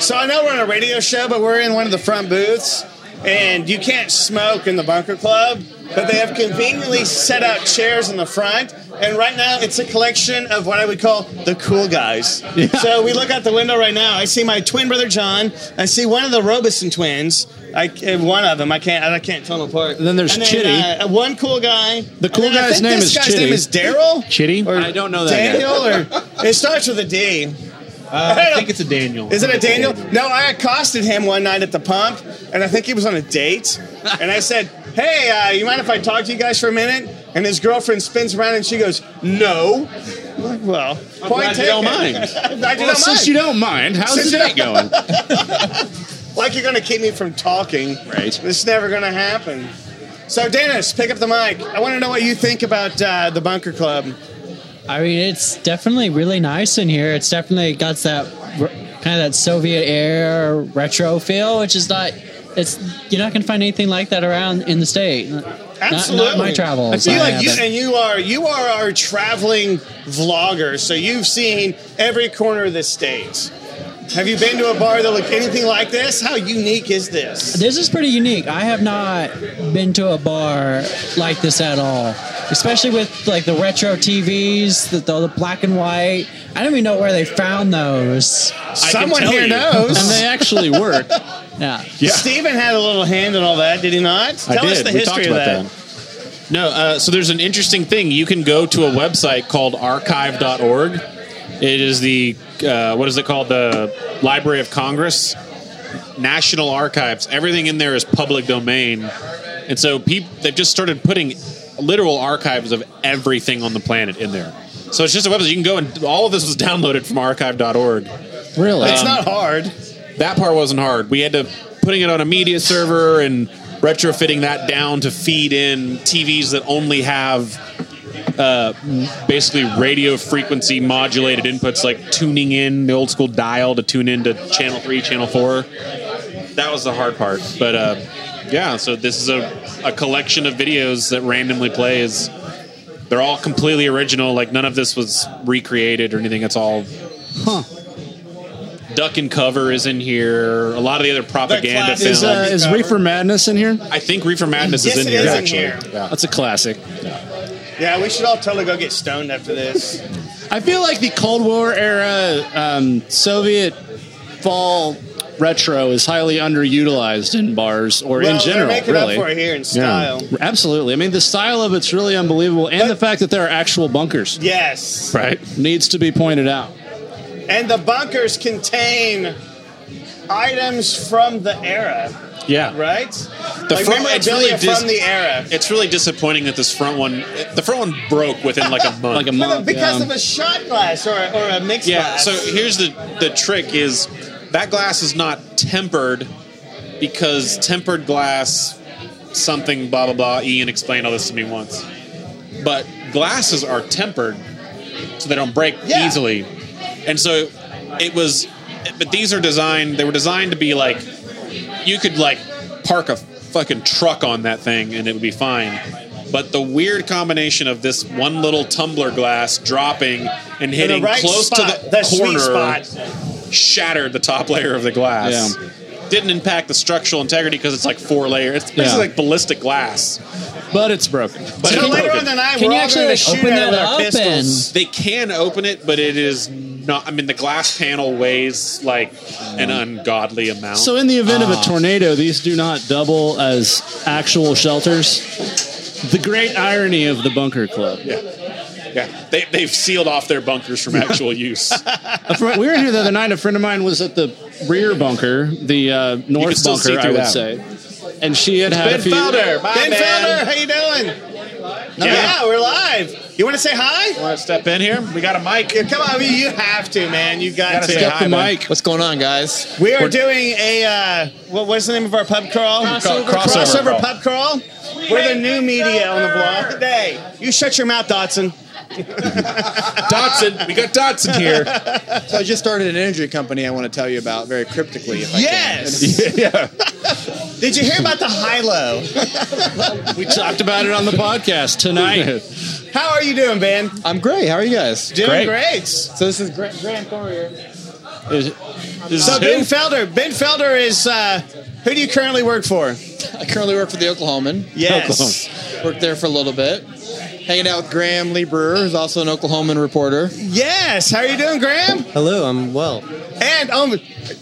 S6: So I know we're on a radio show, but we're in one of the front booths, and you can't smoke in the Bunker Club. But they have conveniently set out chairs in the front, and right now it's a collection of what I would call the cool guys. So we look out the window right now. I see my twin brother John. I see one of the Robeson twins. I uh, one of them. I can't. I can't tell them apart.
S13: And then there's
S6: and then,
S13: Chitty.
S6: uh, one cool guy.
S13: The cool
S6: And then I
S13: guy's
S6: think
S13: name
S6: this
S13: is
S6: guy's
S13: Chitty.
S6: name is Daryl.
S13: Chitty?
S6: Or
S13: I don't know that guy.
S6: Daniel or it starts with a D.
S5: I think it's a Daniel.
S6: Is it a Daniel? No, I accosted him one night at the pump, and I think he was on a date. And I said, "Hey, uh, you mind if I talk to you guys for a minute?" And his girlfriend spins around and she goes, "No." I'm like, well, point
S5: glad you don't
S6: taken.
S5: mind.
S6: I'm glad you
S13: Well,
S6: don't mind.
S13: since you don't mind, how's
S6: Since
S13: the
S6: you
S13: date going?
S6: like you're going to keep me from talking.
S13: Right.
S6: This is never going to happen. So, Dennis, pick up the mic. I want to know what you think about uh, the Bunker Club.
S4: I mean, it's definitely really nice in here. It's definitely got that kind of that Soviet era retro feel, which is not. It's you're not gonna find anything like that around in the state. Not-
S6: Absolutely.
S4: Not, my travels.
S6: I feel
S4: I
S6: like you,
S4: haven't.
S6: and you are you are our traveling vlogger, so you've seen every corner of the states. Have you been to a bar that looked anything like this? How unique is this?
S4: This is pretty unique. I have not been to a bar like this at all, especially with like the retro TVs, the, the, black and white. I don't even know where they found those.
S6: Someone
S5: tell
S6: here
S5: you.
S6: knows.
S13: and they actually work.
S4: Yeah.
S6: Steven had a little hand in all that, did he not?
S5: I
S6: Tell
S5: did.
S6: us the
S5: we
S6: history
S5: talked
S6: of
S5: about
S6: that.
S5: that. No, uh, so there's an interesting thing. You can go to a website called archive.org. It is the, uh, what is it called? The Library of Congress, National Archives. Everything in there is public domain. And so peop they've just started putting literal archives of everything on the planet in there. So it's just a website. You can go and all of this was downloaded from archive.org.
S4: Really?
S6: It's not hard.
S5: Um, That part wasn't hard. We had to putting it on a media server and retrofitting that down to feed in TVs that only have uh, basically radio frequency modulated inputs, like tuning in the old school dial to tune into channel three, channel four. That was the hard part. But uh, yeah, so this is a, a collection of videos that randomly plays. They're all completely original. Like none of this was recreated or anything. It's all
S4: Huh.
S5: Duck and Cover is in here. A lot of the other propaganda films.
S13: Is, uh, is Reefer Madness in here?
S5: I think Reefer Madness
S6: Yes,
S5: is in
S6: it
S5: here.
S6: is in
S5: actually,
S6: here.
S13: That's a classic.
S6: Yeah, we should all totally go get stoned after this.
S13: I feel like the Cold War era um, Soviet fall retro is highly underutilized in bars or
S6: Well,
S13: in
S6: they're
S13: general.
S6: making up
S13: really,
S6: for it here in style.
S13: Absolutely. I mean, the style of it's really unbelievable, and the fact that there are actual bunkers.
S6: Yes.
S13: Right. Needs to be pointed out.
S6: And the bunkers contain items from the era,
S5: Yeah.
S6: right?
S5: The
S6: like
S5: front it's really
S6: memorabilia
S5: dis-
S6: from the era.
S5: It's really disappointing that this front one, the front one broke within like a month. like a
S6: But because of a shot glass or, or a mixed
S5: Yeah.
S6: glass.
S5: So here's the the trick: is that glass is not tempered because tempered glass, something blah blah blah. Ian explained all this to me once, but glasses are tempered so they don't break easily, and so it was. But these are designed; they were designed to be like you could like park a fucking truck on that thing and it would be fine. But the weird combination of this one little tumbler glass dropping and
S6: In the
S5: hitting
S6: right
S5: close
S6: spot,
S5: to the,
S6: the sweet
S5: corner
S6: spot.
S5: shattered the top layer of the glass. Didn't impact the structural integrity because it's like four layer. It's basically
S13: Yeah.
S5: like ballistic glass.
S13: But it's broken.
S5: But
S6: So
S5: it's
S6: later
S5: broken.
S6: on the night, Can we're you all actually gonna shoot open out of that our up and- pistols.
S5: They can open it, but it is not. I mean, the glass panel weighs like an ungodly amount.
S13: So, in the event of
S5: Ah.
S13: a tornado, these do not double as actual shelters. The great irony of the bunker club.
S5: Yeah. Yeah. They, they've sealed off their bunkers from actual use.
S13: A fr- we were in here the other night. A friend of mine was at the rear bunker, the uh,
S5: could
S13: north
S5: still see
S13: bunker, I
S5: through
S13: would
S5: that.
S13: say. And she had had
S6: Ben
S13: a few.
S6: Felder, my Ben Felder, how you doing? Yeah. we're live. You want to say hi?
S5: Want to step in here? We got a mic.
S6: Yeah, come on, you- you have to, man. You got to
S14: What's going on, guys?
S6: We are
S14: We're-
S6: doing a uh, what was the name of our pub crawl?
S14: Crossover
S6: crossover,
S14: crawl.
S6: pub crawl. We're the new media on the block today. You shut your mouth, Dotson.
S5: Dotson, we got Dotson
S14: here. So I just started an energy company I want to tell you about very cryptically. If I
S6: Yes.
S14: Can. yeah.
S6: Did you hear about the high low?
S13: we talked about it on the podcast tonight.
S6: How are you doing, Ben?
S14: I'm great. How are you guys?
S6: Doing great. So
S14: this is Grant, Grant This is
S6: so
S14: who?
S6: Ben Felder. Ben Felder is uh, who do you currently work for?
S14: I currently work for the Oklahoman.
S6: Yes.
S14: Worked there for a little bit. Hanging out with Graham Lee Brewer, who's also an Oklahoman reporter.
S6: Yes. How are you doing, Graham?
S14: Hello, I'm well.
S6: And um,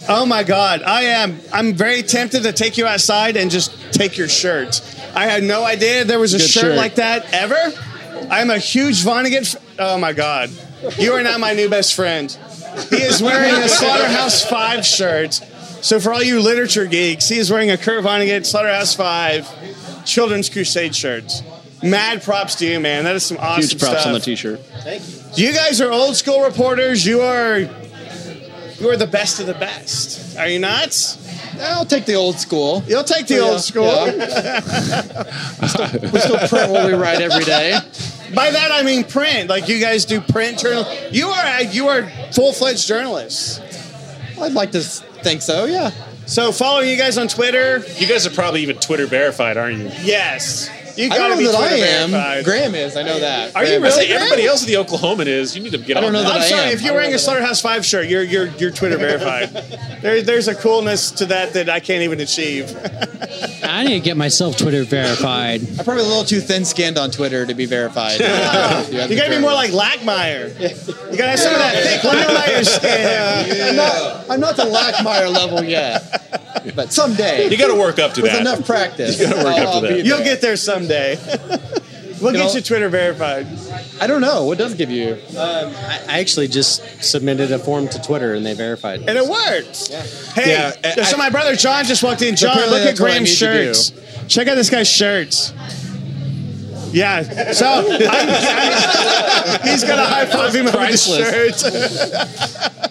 S6: oh my God, I am. I'm very tempted to take you outside and just take your shirt. I had no idea there was a
S13: Good
S6: shirt,
S13: shirt.
S6: like that ever. I'm a huge Vonnegut. F- oh my God, you are now my new best friend. He is wearing a Slaughterhouse Five shirt. So for all you literature geeks, he is wearing a Kurt Vonnegut Slaughterhouse Five Children's Crusade shirt. Mad props to you, man. That is some awesome
S13: Huge props
S6: stuff.
S13: on the t-shirt.
S6: You guys are old school reporters. You are you are the best of the best. Are you not?
S14: I'll take the old school.
S6: You'll take the
S14: Yeah,
S6: old school.
S14: We still print what we write every day.
S6: By that I mean print. Like you guys do print journal. You are you are full fledged journalists.
S14: I'd like to think so. Yeah.
S6: So following you guys on Twitter.
S5: You guys are probably even Twitter verified, aren't you?
S6: Yes. You
S14: I
S6: gotta
S14: don't know
S6: be
S14: that
S6: Twitter
S14: I am.
S6: verified.
S14: Graham is. I know that.
S6: Are you
S14: Graham
S6: really?
S14: is.
S5: Hey, everybody else in the Oklahoman is. You need to get
S14: I
S5: on
S14: don't know
S5: that.
S14: that
S6: I'm
S14: I
S6: sorry.
S14: am.
S6: If you're wearing a Slaughterhouse Five shirt, you're you're you're Twitter verified. there, there's a coolness to that that I can't even achieve.
S4: I need to get myself Twitter verified.
S14: I'm probably a little too thin-skinned on Twitter to be verified.
S6: You gotta be more like Lackmeyer. You gotta have some of that thick Lackmeyer skin.
S14: I'm not, I'm not the Lackmire level yet, but someday.
S5: You gotta work up to
S14: with
S5: that.
S14: enough practice.
S5: You gotta work
S14: I'll-
S5: up to
S14: I'll
S5: that.
S14: be
S6: You'll get there someday. we'll
S14: You
S6: get
S14: know-
S6: you Twitter verified.
S14: I don't know. What does it give you?
S15: Um, I, I actually just submitted a form to Twitter and they verified.
S6: And it worked. Hey,
S15: Yeah, I-
S6: so my brother John just walked in. John,
S15: Apparently
S6: look at
S15: that's what I
S6: Graham's
S15: need to
S6: shirts. Check out this guy's shirts. Yeah, so I'm, I'm- he's gonna high five him over the shirt.
S16: Priceless.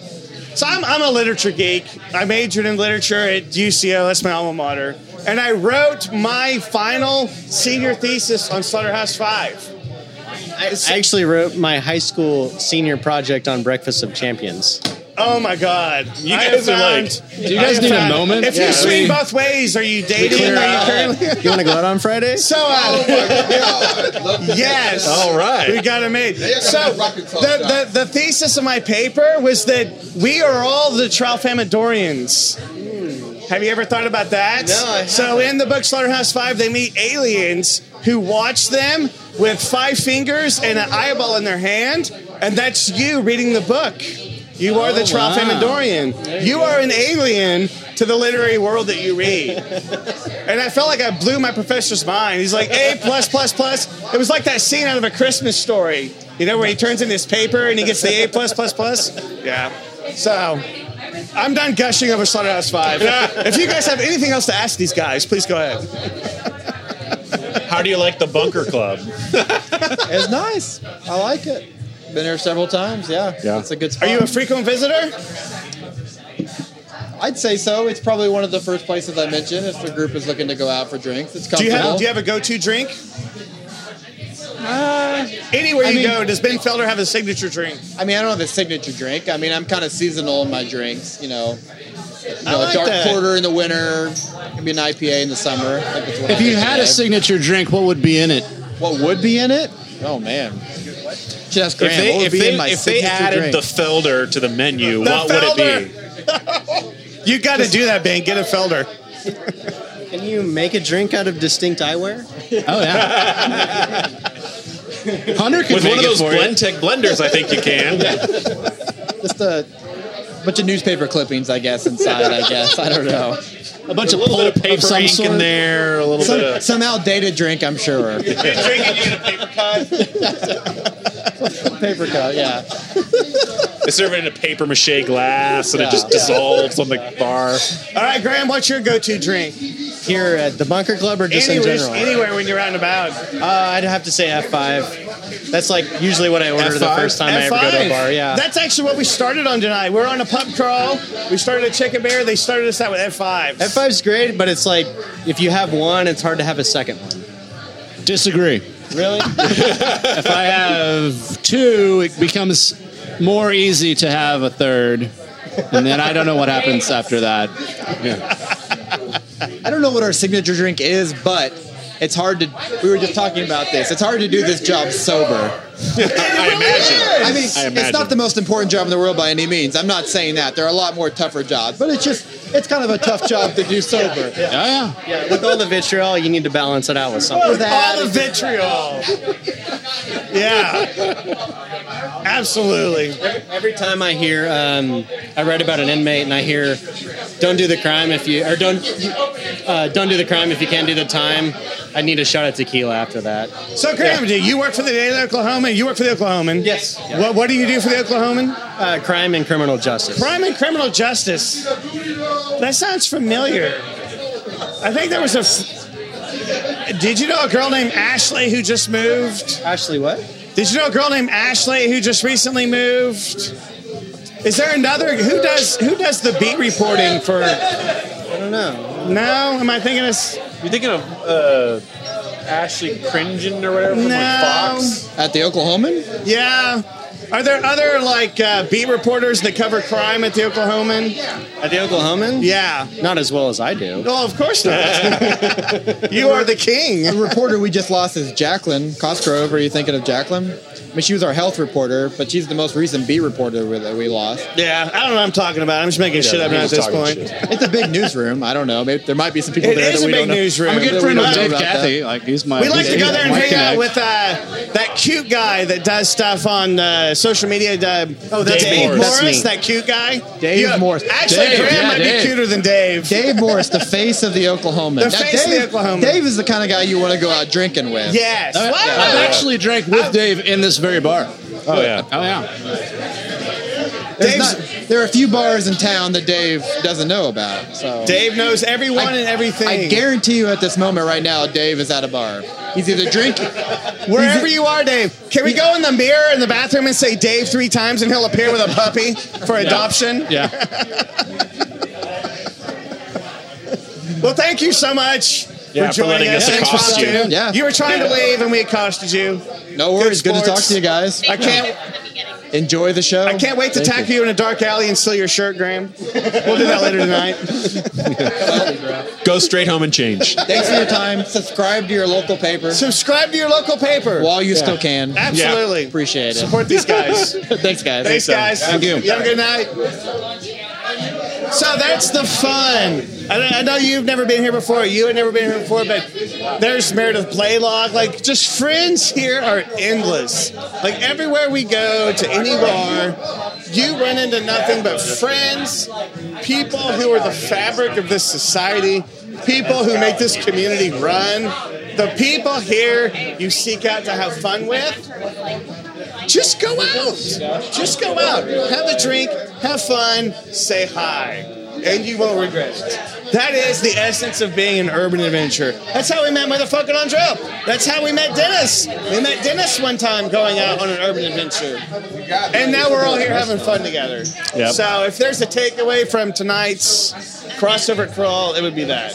S6: So I'm, I'm a literature geek. I majored in literature at UCO. That's my alma mater. And I wrote my final senior thesis on Slaughterhouse Five.
S15: I actually wrote my high school senior project on Breakfast of Champions.
S6: Oh my God!
S13: You
S6: I
S13: guys
S6: have
S13: are like-
S6: found-
S13: Do you
S6: I
S13: guys
S6: have
S13: need a
S6: found-
S13: moment?
S6: If
S13: Yeah.
S6: you swing
S13: We-
S6: both ways, are you dating?
S13: clear
S6: Are you
S13: out.
S6: currently?
S15: You want to go out on Friday?
S6: So, uh, yes.
S15: All right.
S6: We got it made.
S10: They are gonna
S6: So,
S10: have rocket sauce
S6: the,
S10: down.
S6: the, the thesis of my paper was that we are all the Tralfamadorians. Have you ever thought about that?
S10: No, I
S6: So, in the book Slaughterhouse 5, they meet aliens who watch them with five fingers and an eyeball in their hand, and that's you reading the book. You are the
S10: Oh, wow.
S6: Tralfamadorian.
S10: There
S6: You,
S10: you go.
S6: are an alien to the literary world that you read. And I felt like I blew my professor's mind. He's like, A plus plus plus. It was like that scene out of a Christmas story, you know, where he turns in his paper and he gets the A plus plus plus. Yeah. So I'm done gushing over Slaughterhouse Five. If you guys have anything else to ask these guys, please go ahead.
S17: How do you like the bunker club?
S14: it's nice. I like it. Been here several times. Yeah.
S17: Yeah.
S14: It's a good spot.
S6: Are you a frequent visitor?
S14: I'd say so. It's probably one of the first places I mentioned if the group is looking to go out for drinks. It's
S6: Do you
S14: comfortable.
S6: have do you have a go-to drink?
S15: Uh,
S6: Anywhere
S14: I
S6: you
S14: mean-
S6: go, does Ben Felder have a signature drink?
S14: I mean, I don't have a signature drink. I mean, I'm kind of seasonal in my drinks. You know, you know a
S6: like
S14: dark
S6: that.
S14: porter in the winter, maybe an IPA in the summer. I think that's what
S13: If
S14: I
S13: you
S14: drink
S13: had
S14: today.
S13: a signature drink, what would be in it?
S14: what would be in it? Oh man, Should ask Graham.
S17: if they,
S14: what would
S17: if
S14: be
S17: they,
S14: in my
S17: if they
S14: signature
S17: added
S14: drink?
S17: the Felder to the menu,
S6: The
S17: what would it
S6: You got to do that, Ben. Get a Felder.
S15: Can you make a drink out of distinct eyewear?
S13: Oh yeah. Hunter
S17: be? With one of those Blendtec blenders, I think you can.
S14: just a bunch of newspaper clippings, I guess, inside. I guess I don't know.
S13: A bunch
S17: A
S13: of
S17: little bit
S13: pulp
S17: of paper
S13: some
S17: ink
S13: sort.
S17: in there, a little
S14: Some,
S17: bit of.
S14: some outdated drink, I'm sure. paper cut, yeah.
S17: They serve it in a paper mache glass, and
S15: Yeah.
S17: it just dissolves on the bar.
S6: All right, Graham, what's your go-to drink?
S15: Here at the Bunker Club or just
S6: Anywhere,
S15: in general?
S6: anywhere when you're out and about.
S15: Uh, I'd have to say F5. That's like usually what I order the
S6: F5?
S15: first time I ever go to a
S6: F5.
S15: bar. Yeah.
S6: That's actually what we started on tonight. We're on a pub crawl. We started at Chicken Bear. They started us out with F5.
S15: F5's great, but it's like if you have one, it's hard to have a second one.
S13: Disagree.
S15: Really?
S13: if I have two, it becomes more easy to have a third. And then I don't know what happens after that.
S14: I don't know what our signature drink is, but it's hard to. We were just talking about this. It's hard to do this job sober.
S17: I imagine.
S14: I mean,
S17: I
S14: it's not the most important job in the world by any means. I'm not saying that. There are a lot more tougher jobs, but it's just it's kind of a tough job to do sober.
S13: Oh, yeah.
S15: yeah, with all the vitriol, you need to balance it out with something.
S6: All the vitriol. yeah. Absolutely.
S15: Every time I hear, um, I read about an inmate and I hear, "Don't do the crime if you or don't uh, don't do the crime if you can't do the time." I need a shot at tequila after that.
S6: So, Graham, do you work for the Daily Oklahoman? You work for the Oklahoman?
S15: Yes.
S6: What, what do you do for the Oklahoman?
S15: Uh, crime and criminal justice.
S6: Crime and criminal justice. That sounds familiar. I think there was a. F- Did you know a girl named Ashley who just moved?
S15: Ashley, what?
S6: Did you know a girl named Ashley who just recently moved? Is there another who does who does the beat reporting for?
S15: I don't know.
S6: No, am I thinking it's
S17: You're thinking of uh, Ashley Cringen or whatever from like
S6: no?
S17: Fox?
S14: At the Oklahoman,
S6: Yeah, are there other like uh, beat reporters that cover crime at the Oklahoman?
S15: At the Oklahoman?
S6: Yeah.
S15: Not as well as I do.
S6: No, of course not. you are the
S14: the
S6: king.
S14: reporter we just lost is Jacqueline Cosgrove. Are you thinking of Jacqueline? I mean, she was our health reporter, but she's the most recent beat reporter we- that we lost.
S6: Yeah, I don't know what I'm talking about. I'm just making shit up now at this point.
S14: It's a big newsroom. I don't know. Maybe there might be some people
S6: It
S14: there
S6: is
S14: that
S6: a
S14: we
S6: big
S14: don't know.
S6: newsroom.
S13: I'm a
S14: that we
S13: good friend
S14: don't
S13: of
S14: know
S13: Dave
S14: about that.
S13: Cathy. Like he's my.
S6: We like to
S13: he's
S6: go there and
S13: my
S6: hang out
S13: connect.
S6: with uh, that cute guy that does stuff on uh, social media. Uh, oh,
S15: that's
S6: Dave
S15: Morris. That's me.
S6: that cute guy.
S14: Dave Morris.
S6: Actually,
S14: Dave,
S6: Graham
S14: yeah,
S6: might
S14: Dave.
S6: be cuter than Dave.
S14: Dave Morris, the face of the Oklahoman.
S6: The face of the
S14: Dave,
S6: Oklahoman.
S14: Dave is the kind of guy you want to go out drinking with.
S6: Yes.
S13: I've-
S6: What?
S13: I've actually drank with Dave in this very bar.
S17: Oh, yeah.
S13: Oh yeah.
S14: There's
S6: Dave's-
S14: not- there are a few bars in town that Dave doesn't know about. So
S6: Dave knows everyone and everything.
S14: I guarantee you, at this moment right now, Dave is at a bar. He's either drinking.
S6: Wherever you are, Dave, can we go in the mirror in the bathroom and say Dave three times and he'll appear with a puppy for adoption?
S13: Yeah.
S6: Well, thank you so much
S17: Yeah, for
S6: for joining
S17: letting
S6: us.
S17: us
S6: Thanks
S17: accost
S6: for
S17: you.
S6: coming.
S14: Yeah.
S6: You were trying to leave and we accosted you.
S14: No worries. Good, to talk
S6: sports.
S14: to you guys.
S6: I can't.
S7: At the beginning.
S14: Enjoy the show. I
S17: can't wait to tackle you in a dark alley and steal your shirt, Graham. We'll do that later tonight.
S5: Go straight home and change.
S14: Thanks for your time. Subscribe to your local paper.
S17: Subscribe to your local paper
S14: while you
S17: Yeah.
S14: still can.
S17: Absolutely.
S14: Appreciate it.
S17: Support these guys.
S14: Thanks, guys.
S17: Thanks, guys. You have a good night. So that's the fun. I, don't- I know you've never been here before. You had never been here before, but there's Meredith Blaylock. Like, just friends here are endless. Like, everywhere we go to any bar, you run into nothing but friends, people who are the fabric of this society, people who make this community run, the people here you seek out to have fun with just go out. Just go out. Have a drink, have fun, say hi, and you won't regret it. That is the essence of being an urban adventurer. That's how we met motherfucking Andrell. That's how we met Dennis. We met Dennis one time going out on an urban adventure. And now we're all here having fun together.
S18: Yep.
S17: So if there's a takeaway from tonight's crossover crawl, it would be that.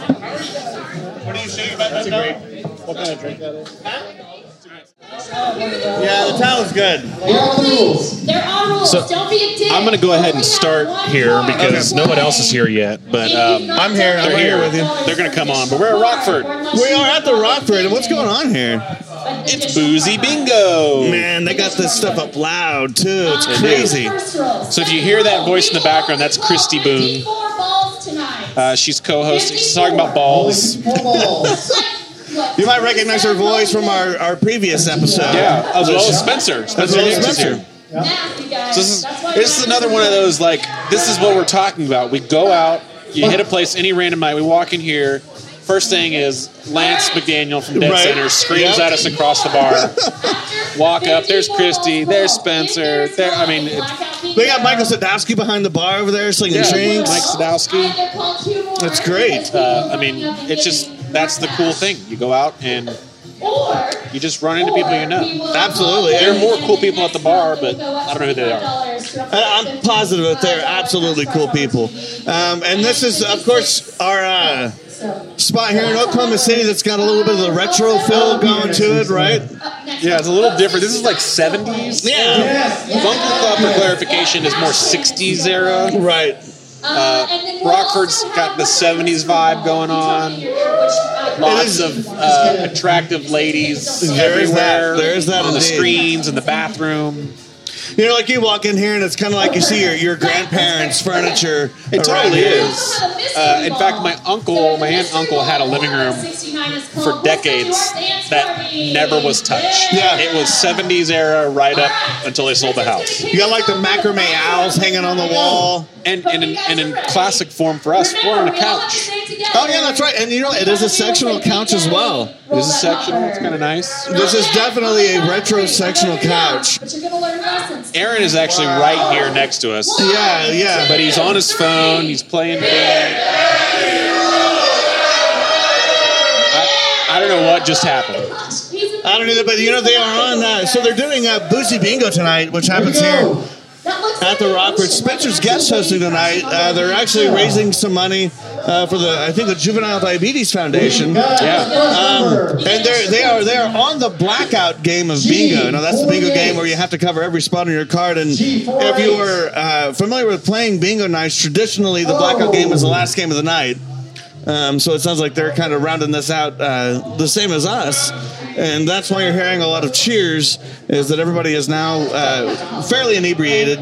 S17: What are you saying about that? What kind of drink that is? Yeah, the towel's good.
S19: There are rules.
S5: So,
S19: Don't be a dick.
S5: I'm going to go ahead and start here because
S19: Okay.
S5: no one else is here yet. But um,
S19: I'm here. I'm
S5: They're
S19: here with you.
S5: They're going to come on. But we're at Rockford.
S6: We are at the Rockford, and what's going on here?
S5: It's boozy bingo.
S6: Man, they got this stuff up loud too. It's
S5: They do.
S6: crazy.
S5: So if you hear that voice in the background, that's Christy Boone. Uh, she's co-hosting. She's talking about balls.
S6: You might recognize her voice from our, our previous episode.
S5: Yeah, as well as Spencer.
S6: As
S5: Spencer
S6: well as
S5: Hicks is
S6: Spencer.
S5: here. So this is this is another one of those like this is what we're talking about. We go out, you hit a place any random night. We walk in here. First thing is Lance McDaniel from Dead
S6: Right.
S5: Center screams
S6: Yep.
S5: at us across the bar. walk up. There's Christy. There's Spencer. There. I mean, it-
S6: They got Michael Sadowski behind the bar over there slinging
S5: Yeah,
S6: drinks.
S5: Mike Sadowski.
S6: That's great.
S5: Uh, I mean, it's just that's the cool thing. You go out and you just run into people you know.
S6: Absolutely.
S5: There are more cool people at the bar, but I don't know who they are.
S6: I- I'm positive that they're absolutely cool people. Um, and this is, of course, our uh, spot here in Oklahoma City that's got a little bit of the retro feel going to it, right?
S5: Yeah, it's a little different. This is like 70s.
S6: Yeah.
S5: Bunker Club, for clarification, is more 60s era.
S6: Right.
S5: Uh, Rockford's got the 70s vibe going on. Lots of uh, attractive ladies
S6: There is that.
S5: everywhere.
S6: There is that
S5: on the
S6: indeed.
S5: screens in the bathroom.
S6: You know, like you walk in here and it's kind of like you see your, your grandparents' furniture.
S5: It
S6: around
S5: totally
S6: here.
S5: is. Uh, in fact, my uncle, my aunt, uncle had a living room for decades that never was touched.
S6: Yeah.
S5: It was 70s era right up until they sold the house.
S6: You got like the macrame owls hanging on the wall.
S5: And, and, in, and in classic form for us, we're on a couch.
S6: Oh, yeah, that's right. And you know, it is a sectional couch as well.
S5: This is sectional. It's kind of nice.
S6: This is definitely a retro sectional couch.
S19: But you're gonna learn lessons.
S5: Aaron is actually right here next to us.
S6: Yeah, yeah.
S5: But he's on his phone. He's playing. I, I don't know what just happened.
S6: I don't either, but you know, they are on. Uh, so they're doing a Boozy Bingo tonight, which happens here at the Rockford. Spencer's guest hosting tonight. Uh, they're actually raising some money uh, for the, I think, the Juvenile Diabetes Foundation. Um, and they're they are they are on the blackout game of bingo. Now that's the bingo game where you have to cover every spot on your card. And if you were uh, familiar with playing bingo nights, traditionally the
S17: Oh.
S6: blackout game is the last game of the night. Um, so it sounds like they're kind of rounding this out uh, the same as us. And that's why you're hearing a lot of cheers, is that everybody is now uh, fairly inebriated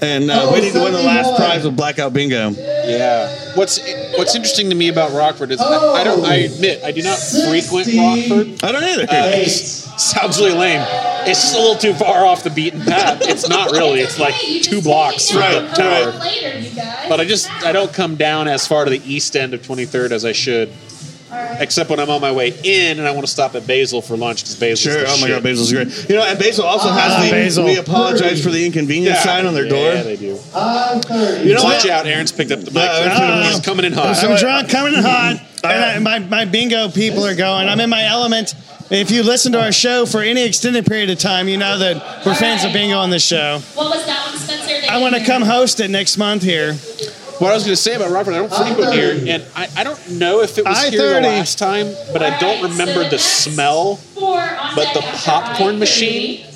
S6: and uh,
S17: Oh,
S6: waiting to win the last prize of Blackout Bingo.
S5: Yeah. What's What's interesting to me about Rockford is I, I don't. I admit I do not frequent Rockford.
S6: I don't either.
S5: Uh, it just sounds really lame. It's just a little too far off the beaten path. It's not really. It's like two blocks from the
S6: Right,
S5: tower.
S6: right.
S5: But I just I don't come down as far to the east end of 23rd as I should. Except when I'm on my way in and I want to stop at Basil for lunch because Basil.
S6: Sure. Oh my God, Basil's great. You know, and Basil also
S5: Ah,
S6: has the
S5: Basil.
S6: we apologize for the inconvenience sign on their door.
S5: Yeah, they do.
S15: I'm 30.
S6: You know
S5: Watch
S6: what?
S5: out, Aaron's picked up the mic.
S17: Uh,
S5: He's coming in hot.
S17: I'm drunk, coming in hot,
S6: Uh,
S17: and I, my, my bingo people are going. I'm in my element. If you listen to our show for any extended period of time, you know that we're fans of bingo on this show.
S19: What was that one, Spencer?
S17: I want to come host it next month here.
S5: What I was going to say about Rockford, I don't frequent here, and I, I don't know if it was here the
S17: I-30.
S5: last time, but I don't remember the smell.
S19: Four on
S5: But the popcorn machine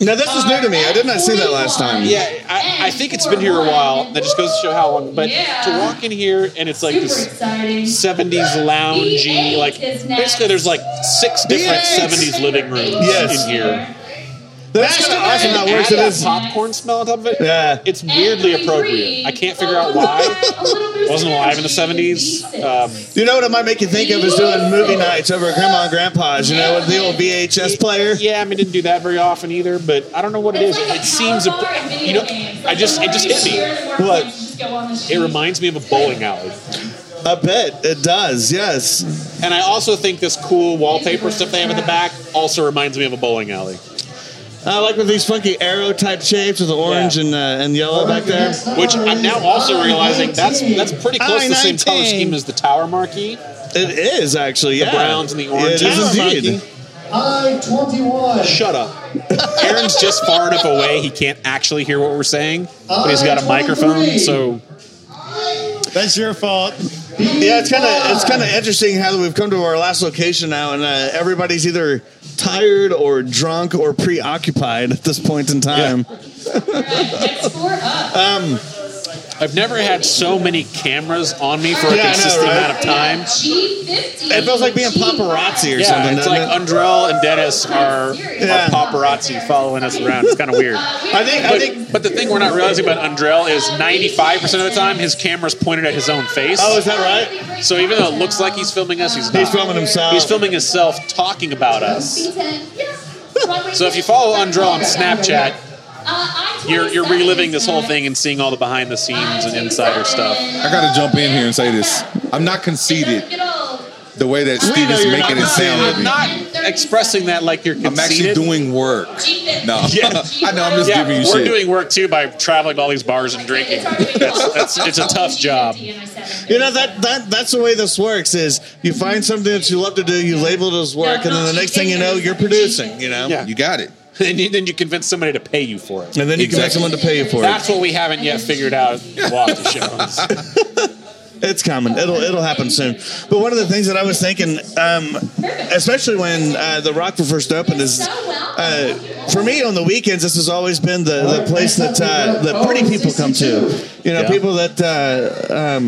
S6: Now this is new to me. I did not see that last time.
S5: Yeah, I, I think it's been here a while. That just goes to show how long. But to walk in here and it's like
S13: Super
S5: this
S13: exciting.
S5: 70s loungy,
S13: D8
S5: like
S13: is next.
S5: basically there's like six different
S13: D8.
S5: 70s living rooms
S13: Yes.
S5: in here.
S6: That's
S5: It's
S6: kinda
S5: kinda
S6: awesome how it
S5: add
S6: works. It
S5: that
S6: is.
S5: popcorn smell on top of it.
S6: Yeah.
S5: It's weirdly appropriate. I can't figure
S13: Oh,
S5: out why. Wasn't alive in the 70s. Um,
S6: You know what it might make you think of is doing movie nights over at Grandma and Grandpa's. You know, with the old VHS player.
S5: Yeah, I mean, didn't do that very often either. But I don't know what it is. It seems, appro- you know, I just it just hit me.
S6: What?
S5: It reminds me of a bowling alley.
S6: I bet it does. Yes.
S5: And I also think this cool wallpaper stuff they have at the back also reminds me of a bowling alley.
S6: I like with these funky arrow type shapes with the orange and uh, and yellow back there.
S5: Which I'm now also realizing that's that's pretty close to the same color scheme as the tower marquee.
S6: It is actually yeah.
S5: The browns and the oranges.
S6: It is
S5: Tower
S6: indeed.
S14: I 21.
S5: Shut up. Aaron's just far enough away he can't actually hear what we're saying, but he's got a microphone, so
S6: That's your fault. Yeah, it's kind of it's kind of interesting how we've come to our last location now, and uh, everybody's either tired or drunk or preoccupied at this point in
S5: um,
S6: time.
S5: I've never had so many cameras on me for a
S6: Yeah, I know,
S5: consistent
S6: right?
S5: amount of time.
S6: It feels like being paparazzi or
S5: yeah,
S6: something.
S5: It's
S6: doesn't
S5: like
S6: it?
S5: Undrell and Dennis are,
S6: Yeah.
S5: are paparazzi following us around. It's kind of weird.
S6: I think
S5: But,
S6: I think
S5: but the thing we're not realizing about Undrell is 95% of the time his camera's pointed at his own face.
S6: Oh, is that right?
S5: So even though it looks like he's filming us, he's not.
S6: He's filming himself.
S5: He's filming himself talking about us. So if you follow Undrell on
S19: Uh,
S5: Snapchat, you're, you're reliving this whole thing and seeing all the behind the scenes and insider stuff.
S11: I gotta jump in here and say this. I'm not conceited the way that
S5: We
S11: Steve
S5: know
S11: is
S5: you're
S11: making
S5: not
S11: it sound to
S5: conceited.
S11: me.
S5: I'm not expressing that like you're
S11: I'm actually
S5: conceited.
S11: doing work. No,
S5: Yeah.
S11: I know. I'm just
S5: yeah,
S11: giving you
S5: we're
S11: shit.
S5: doing work too by traveling to all these bars and drinking. That's, that's, it's a tough job.
S6: You know that, that that's the way this works is you find something that you love to do, you label it as work, and then the next thing you know, you're producing. You know,
S5: Yeah.
S11: You got it.
S5: And you- then you convince somebody to pay you for it.
S6: And then you convince someone to pay you for it.
S5: That's what we haven't yet figured out. Walk to shows.
S6: It's common. It'll it'll happen soon. But one of the things that I was thinking, um, especially when uh, the Rockford first opened, is uh, for me on the weekends. This has always been the, the place that uh, that pretty people come to. You know,
S14: Yeah.
S6: people that uh, um,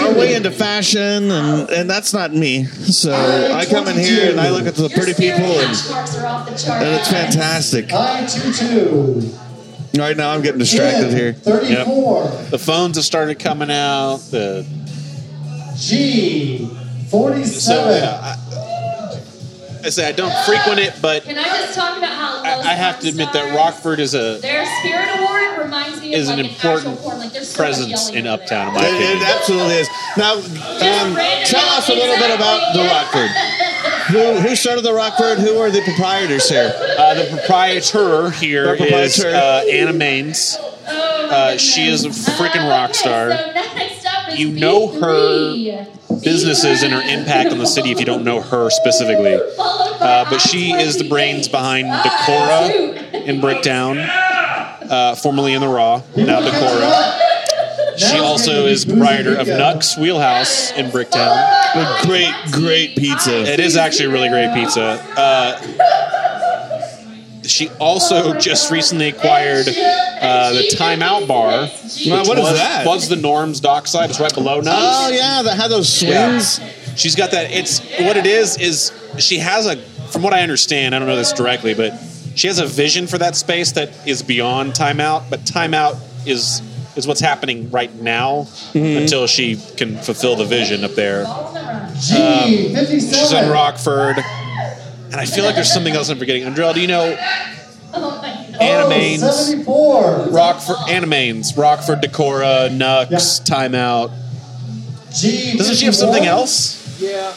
S6: are way into fashion, and, and that's not me. So I come in here and I look at the pretty people, and, and it's fantastic.
S14: I 22.
S6: Right now, I'm getting distracted here.
S14: 34.
S5: The phones have started coming out. The
S14: G.
S5: so
S14: 47.
S5: yeah, I, I say I don't frequent it, but
S13: Can I just talk about how
S5: I, I have to admit that Rockford is a
S13: their spirit award reminds me
S5: is
S13: of
S5: an
S13: like actual
S5: important
S13: form. Like there's so much
S5: presence
S13: yelling
S5: in
S13: over
S5: Uptown. In my
S6: It, it
S5: opinion.
S6: absolutely is. Now, um, tell us a little bit about the Rockford. Who, who started the Rockford? Who are the proprietors here?
S5: Uh, the proprietor here
S6: The
S5: is
S6: proprietor.
S5: uh, Anna Maines.
S13: Oh,
S5: Uh, she is a
S13: Ah,
S5: freaking rock star. You know her businesses and her impact on the city if you don't know her specifically. Uh, but she is the brains behind
S13: Ah,
S5: Decora in Bricktown, uh, formerly in the Raw, now Decora. She also is proprietor of Nux Wheelhouse in Bricktown.
S6: Great, great pizza.
S5: It is actually really great pizza. Uh, she also just recently acquired uh, the Timeout Bar.
S6: Wow,
S5: which
S6: what is
S5: was,
S6: that?
S5: Was the Norms dockside? It's right below Nux.
S6: Oh yeah, that had those swings.
S5: Yeah. She's got that. It's what it is. Is she has a? From what I understand, I don't know this directly, but she has a vision for that space that is beyond timeout. But timeout is is what's happening right now
S6: Mhm.
S5: until she can fulfill the vision up there. Um,
S14: G.
S5: she's in
S14: 57.
S5: Rockford, and I feel like there's something else I'm forgetting. Andrell, do you know
S14: Oh,
S5: Animanes?
S14: 74.
S5: Rockford Animanes, Rockford Decora, Nux, Timeout.
S14: G.
S5: Doesn't she have something
S14: 51.
S5: else?
S14: Yeah.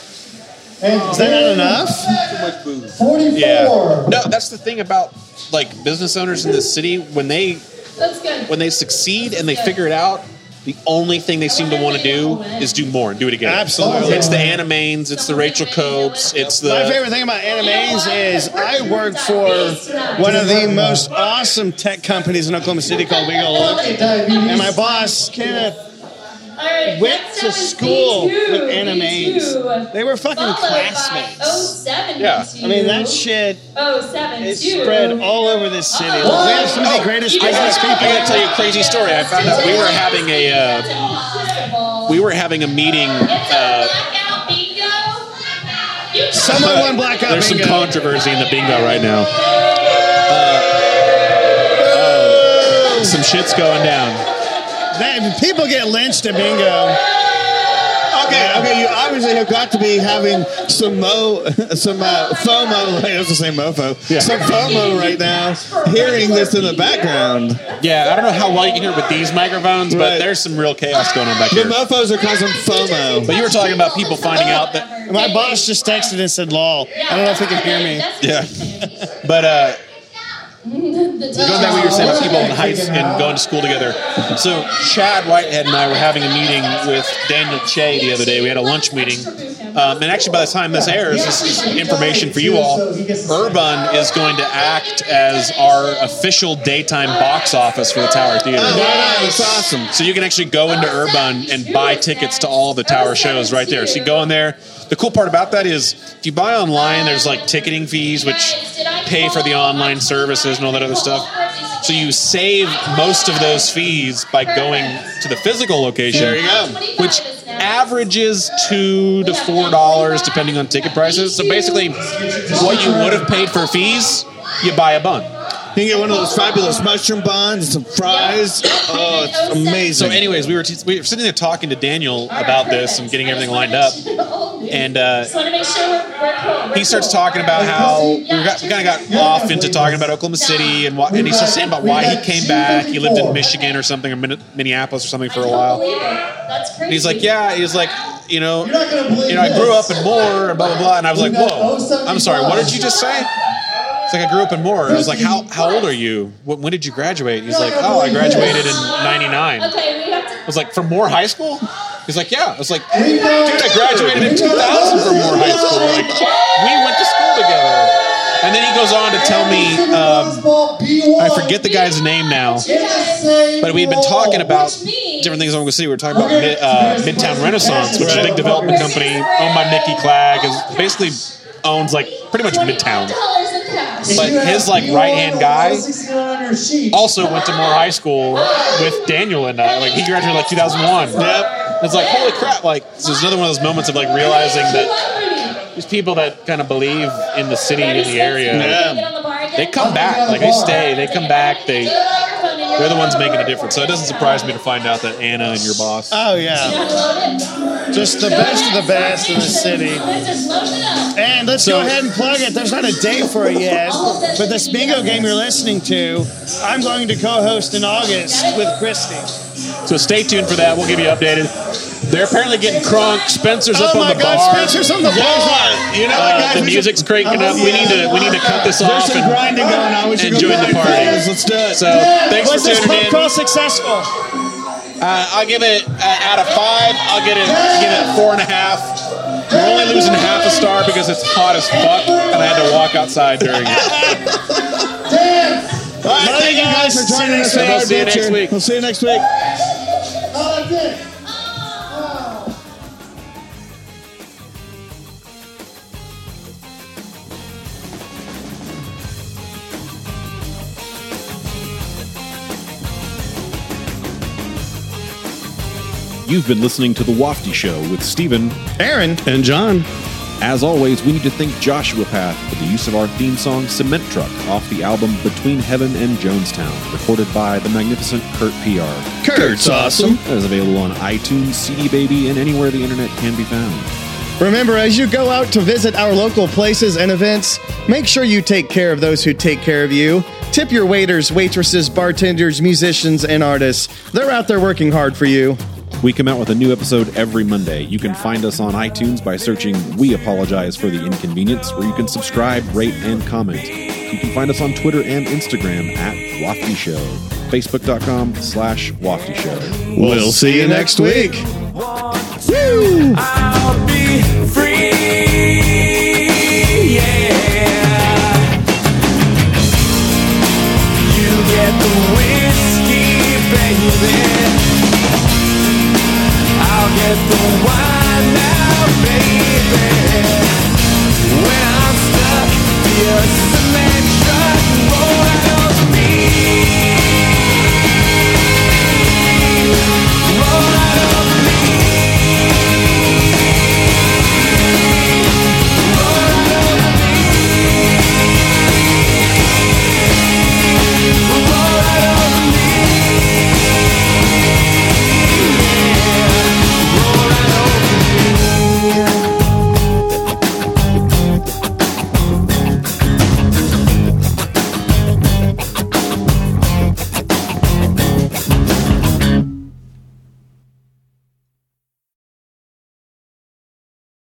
S14: And
S5: Is that not enough?
S14: Too
S5: much booze.
S14: 44.
S5: Yeah. No, that's the thing about like business owners in this city when they
S13: That's good.
S5: when they succeed and they figure it out. The only thing they seem to want to do is do more and do it again.
S17: Absolutely.
S5: It's the Animanes, it's the Rachel Copes, it's the
S17: My favorite thing about animes is I work for one of the most awesome tech companies in Oklahoma City called Wiggle Look. And my boss, Kenneth,
S6: went to school with animes. They were fucking classmates.
S7: Oh seven.
S6: Yeah. I mean, that shit
S7: Oh seven.
S6: is spread all over this
S13: Oh,
S6: city. Like,
S7: What?
S6: we have some of the greatest
S5: Oh, I
S6: business people.
S5: gotta I gotta tell you a crazy story. I found out we were having a uh, we were having a meeting. Uh,
S6: Oh, Someone won blackout.
S5: There's some
S6: bingo.
S5: controversy in the bingo right now. Uh, uh, some shit's going down.
S6: That- people get lynched at bingo.
S8: Okay, okay, you obviously have got to be having some mo, some uh, FOMO. I was to say mofo. Some FOMO right now, hearing this in the background.
S5: Yeah, I don't know how well you can hear with these microphones, but there's some real chaos going on back
S8: The
S5: here.
S8: mofos are causing FOMO.
S5: But you were talking about people finding out that
S6: My boss just texted and said, lol. I don't know if he can hear me.
S5: yeah. But uh,
S7: Going
S5: Going back to what you were saying about people in heights and going to school together. So Chad Whitehead and I were having a meeting with Daniel Che the other day. We had a lunch meeting. Um, and actually, by the time this airs, this is information for you all. Urban is going to act as our official daytime box office for the Tower Theater.
S8: that's awesome.
S5: So you can actually go into Urban and buy tickets to all the Tower shows right there. So you go in there. The cool part about that is if you buy online, there's like ticketing fees, which pay for the online services and all that other stuff. So you save most of those fees by going to the physical location.
S8: There you go.
S5: Which averages two to four dollars depending on ticket prices. So basically, what you would have paid for fees, you buy a bun.
S8: You can get one of those fabulous mushroom buns and some fries. Oh, it's amazing.
S5: So, anyways, we were t- we were sitting there talking to Daniel about this and getting everything lined up, and uh,
S7: Just want to make sure we're, we're cool.
S5: he starts talking about how we, got, we kind of got off into talking about Oklahoma City and why, and he starts saying about why he came back. He lived in Michigan or something, or Min- Minneapolis or something for a while.
S7: That's crazy.
S5: And he's like, yeah. He's like, you know, you know,
S7: believe
S5: I grew up in Moore and blah blah blah. And I was like, whoa, I'm sorry. What did you just say? It's like I grew up in Moore. And I was like, how how old are you? When, when did you graduate? He's like, oh, I graduated in '99.
S7: Okay, we have to.
S5: I was like, from Moore High School? He's like, yeah. I was like, dude, I graduated in 2000 from Moore High School. Like, we went to school together. And then he goes on to tell me, um, I forget the guy's name now, but we had been talking about different things on the city. We were talking about Mi- uh, Midtown Renaissance, which is a big development company owned by Nikki Clagg, is basically owns like pretty much Midtown. But his like right hand guy also went to Moore High School with Daniel and I. Like he graduated like 2001. Yep. It's like holy crap! Like so it's another one of those moments of like realizing that these people that kind of believe in the city and the area, they come back. Like they stay, they come back. They they're the ones making a difference. So it doesn't surprise me to find out that Anna and your boss.
S6: Oh, yeah. Just the best of the best in the city. And let's go ahead and plug it. There's not a date for it yet, but this bingo game you're listening to, I'm going to co host in August with Christy.
S5: So stay tuned for that. We'll give you updated. They're apparently getting crunk. Spencer's
S6: Oh
S5: up on
S6: my
S5: the
S6: God,
S5: bar.
S6: Spencer's on the
S5: Yeah.
S6: bar. You know what,
S5: Uh, the
S6: guys, we should-
S5: music's cranking up. We need to we need to cut this
S6: There's
S5: off
S6: some
S5: and,
S6: grinding going on. We should
S5: and
S6: go
S5: join
S6: back
S5: the
S6: and
S5: party.
S6: forth.
S5: Let's do it. So thanks
S6: Was
S5: for
S6: this
S5: tuning
S6: phone
S5: in.
S6: call successful?
S5: Uh, I'll give it uh, out of five. I'll get it give it four and a half. We're only losing half a star because it's hot as fuck, and I had to walk outside during it.
S8: All right,
S6: Love
S8: thank
S6: you
S8: you guys
S6: guys.
S8: for joining us.
S5: See you
S8: for our
S5: next week.
S8: adventure. We'll see you next week.
S7: Oh.
S20: You've been listening to The Wafty Show with Stephen,
S6: Aaron,
S20: and John. As always, we need to thank Joshua Path for the use of our theme song Cement Truck off the album Between Heaven and Jonestown, recorded by the magnificent Kurt PR.
S6: Kurt's awesome.
S20: That is available on iTunes, CD Baby, and anywhere the internet can be found.
S6: Remember, as you go out to visit our local places and events, make sure you take care of those who take care of you. Tip your waiters, waitresses, bartenders, musicians, and artists. They're out there working hard for you.
S20: We come out with a new episode every Monday. You can find us on iTunes by searching We Apologize for the Inconvenience, where you can subscribe, rate, and comment. You can find us on Twitter and Instagram at Wafty Show, Facebook.com slash Wafty Show.
S8: We'll see you next week.
S21: I'll be free. Yeah. You get the whiskey, baby.
S17: the wild.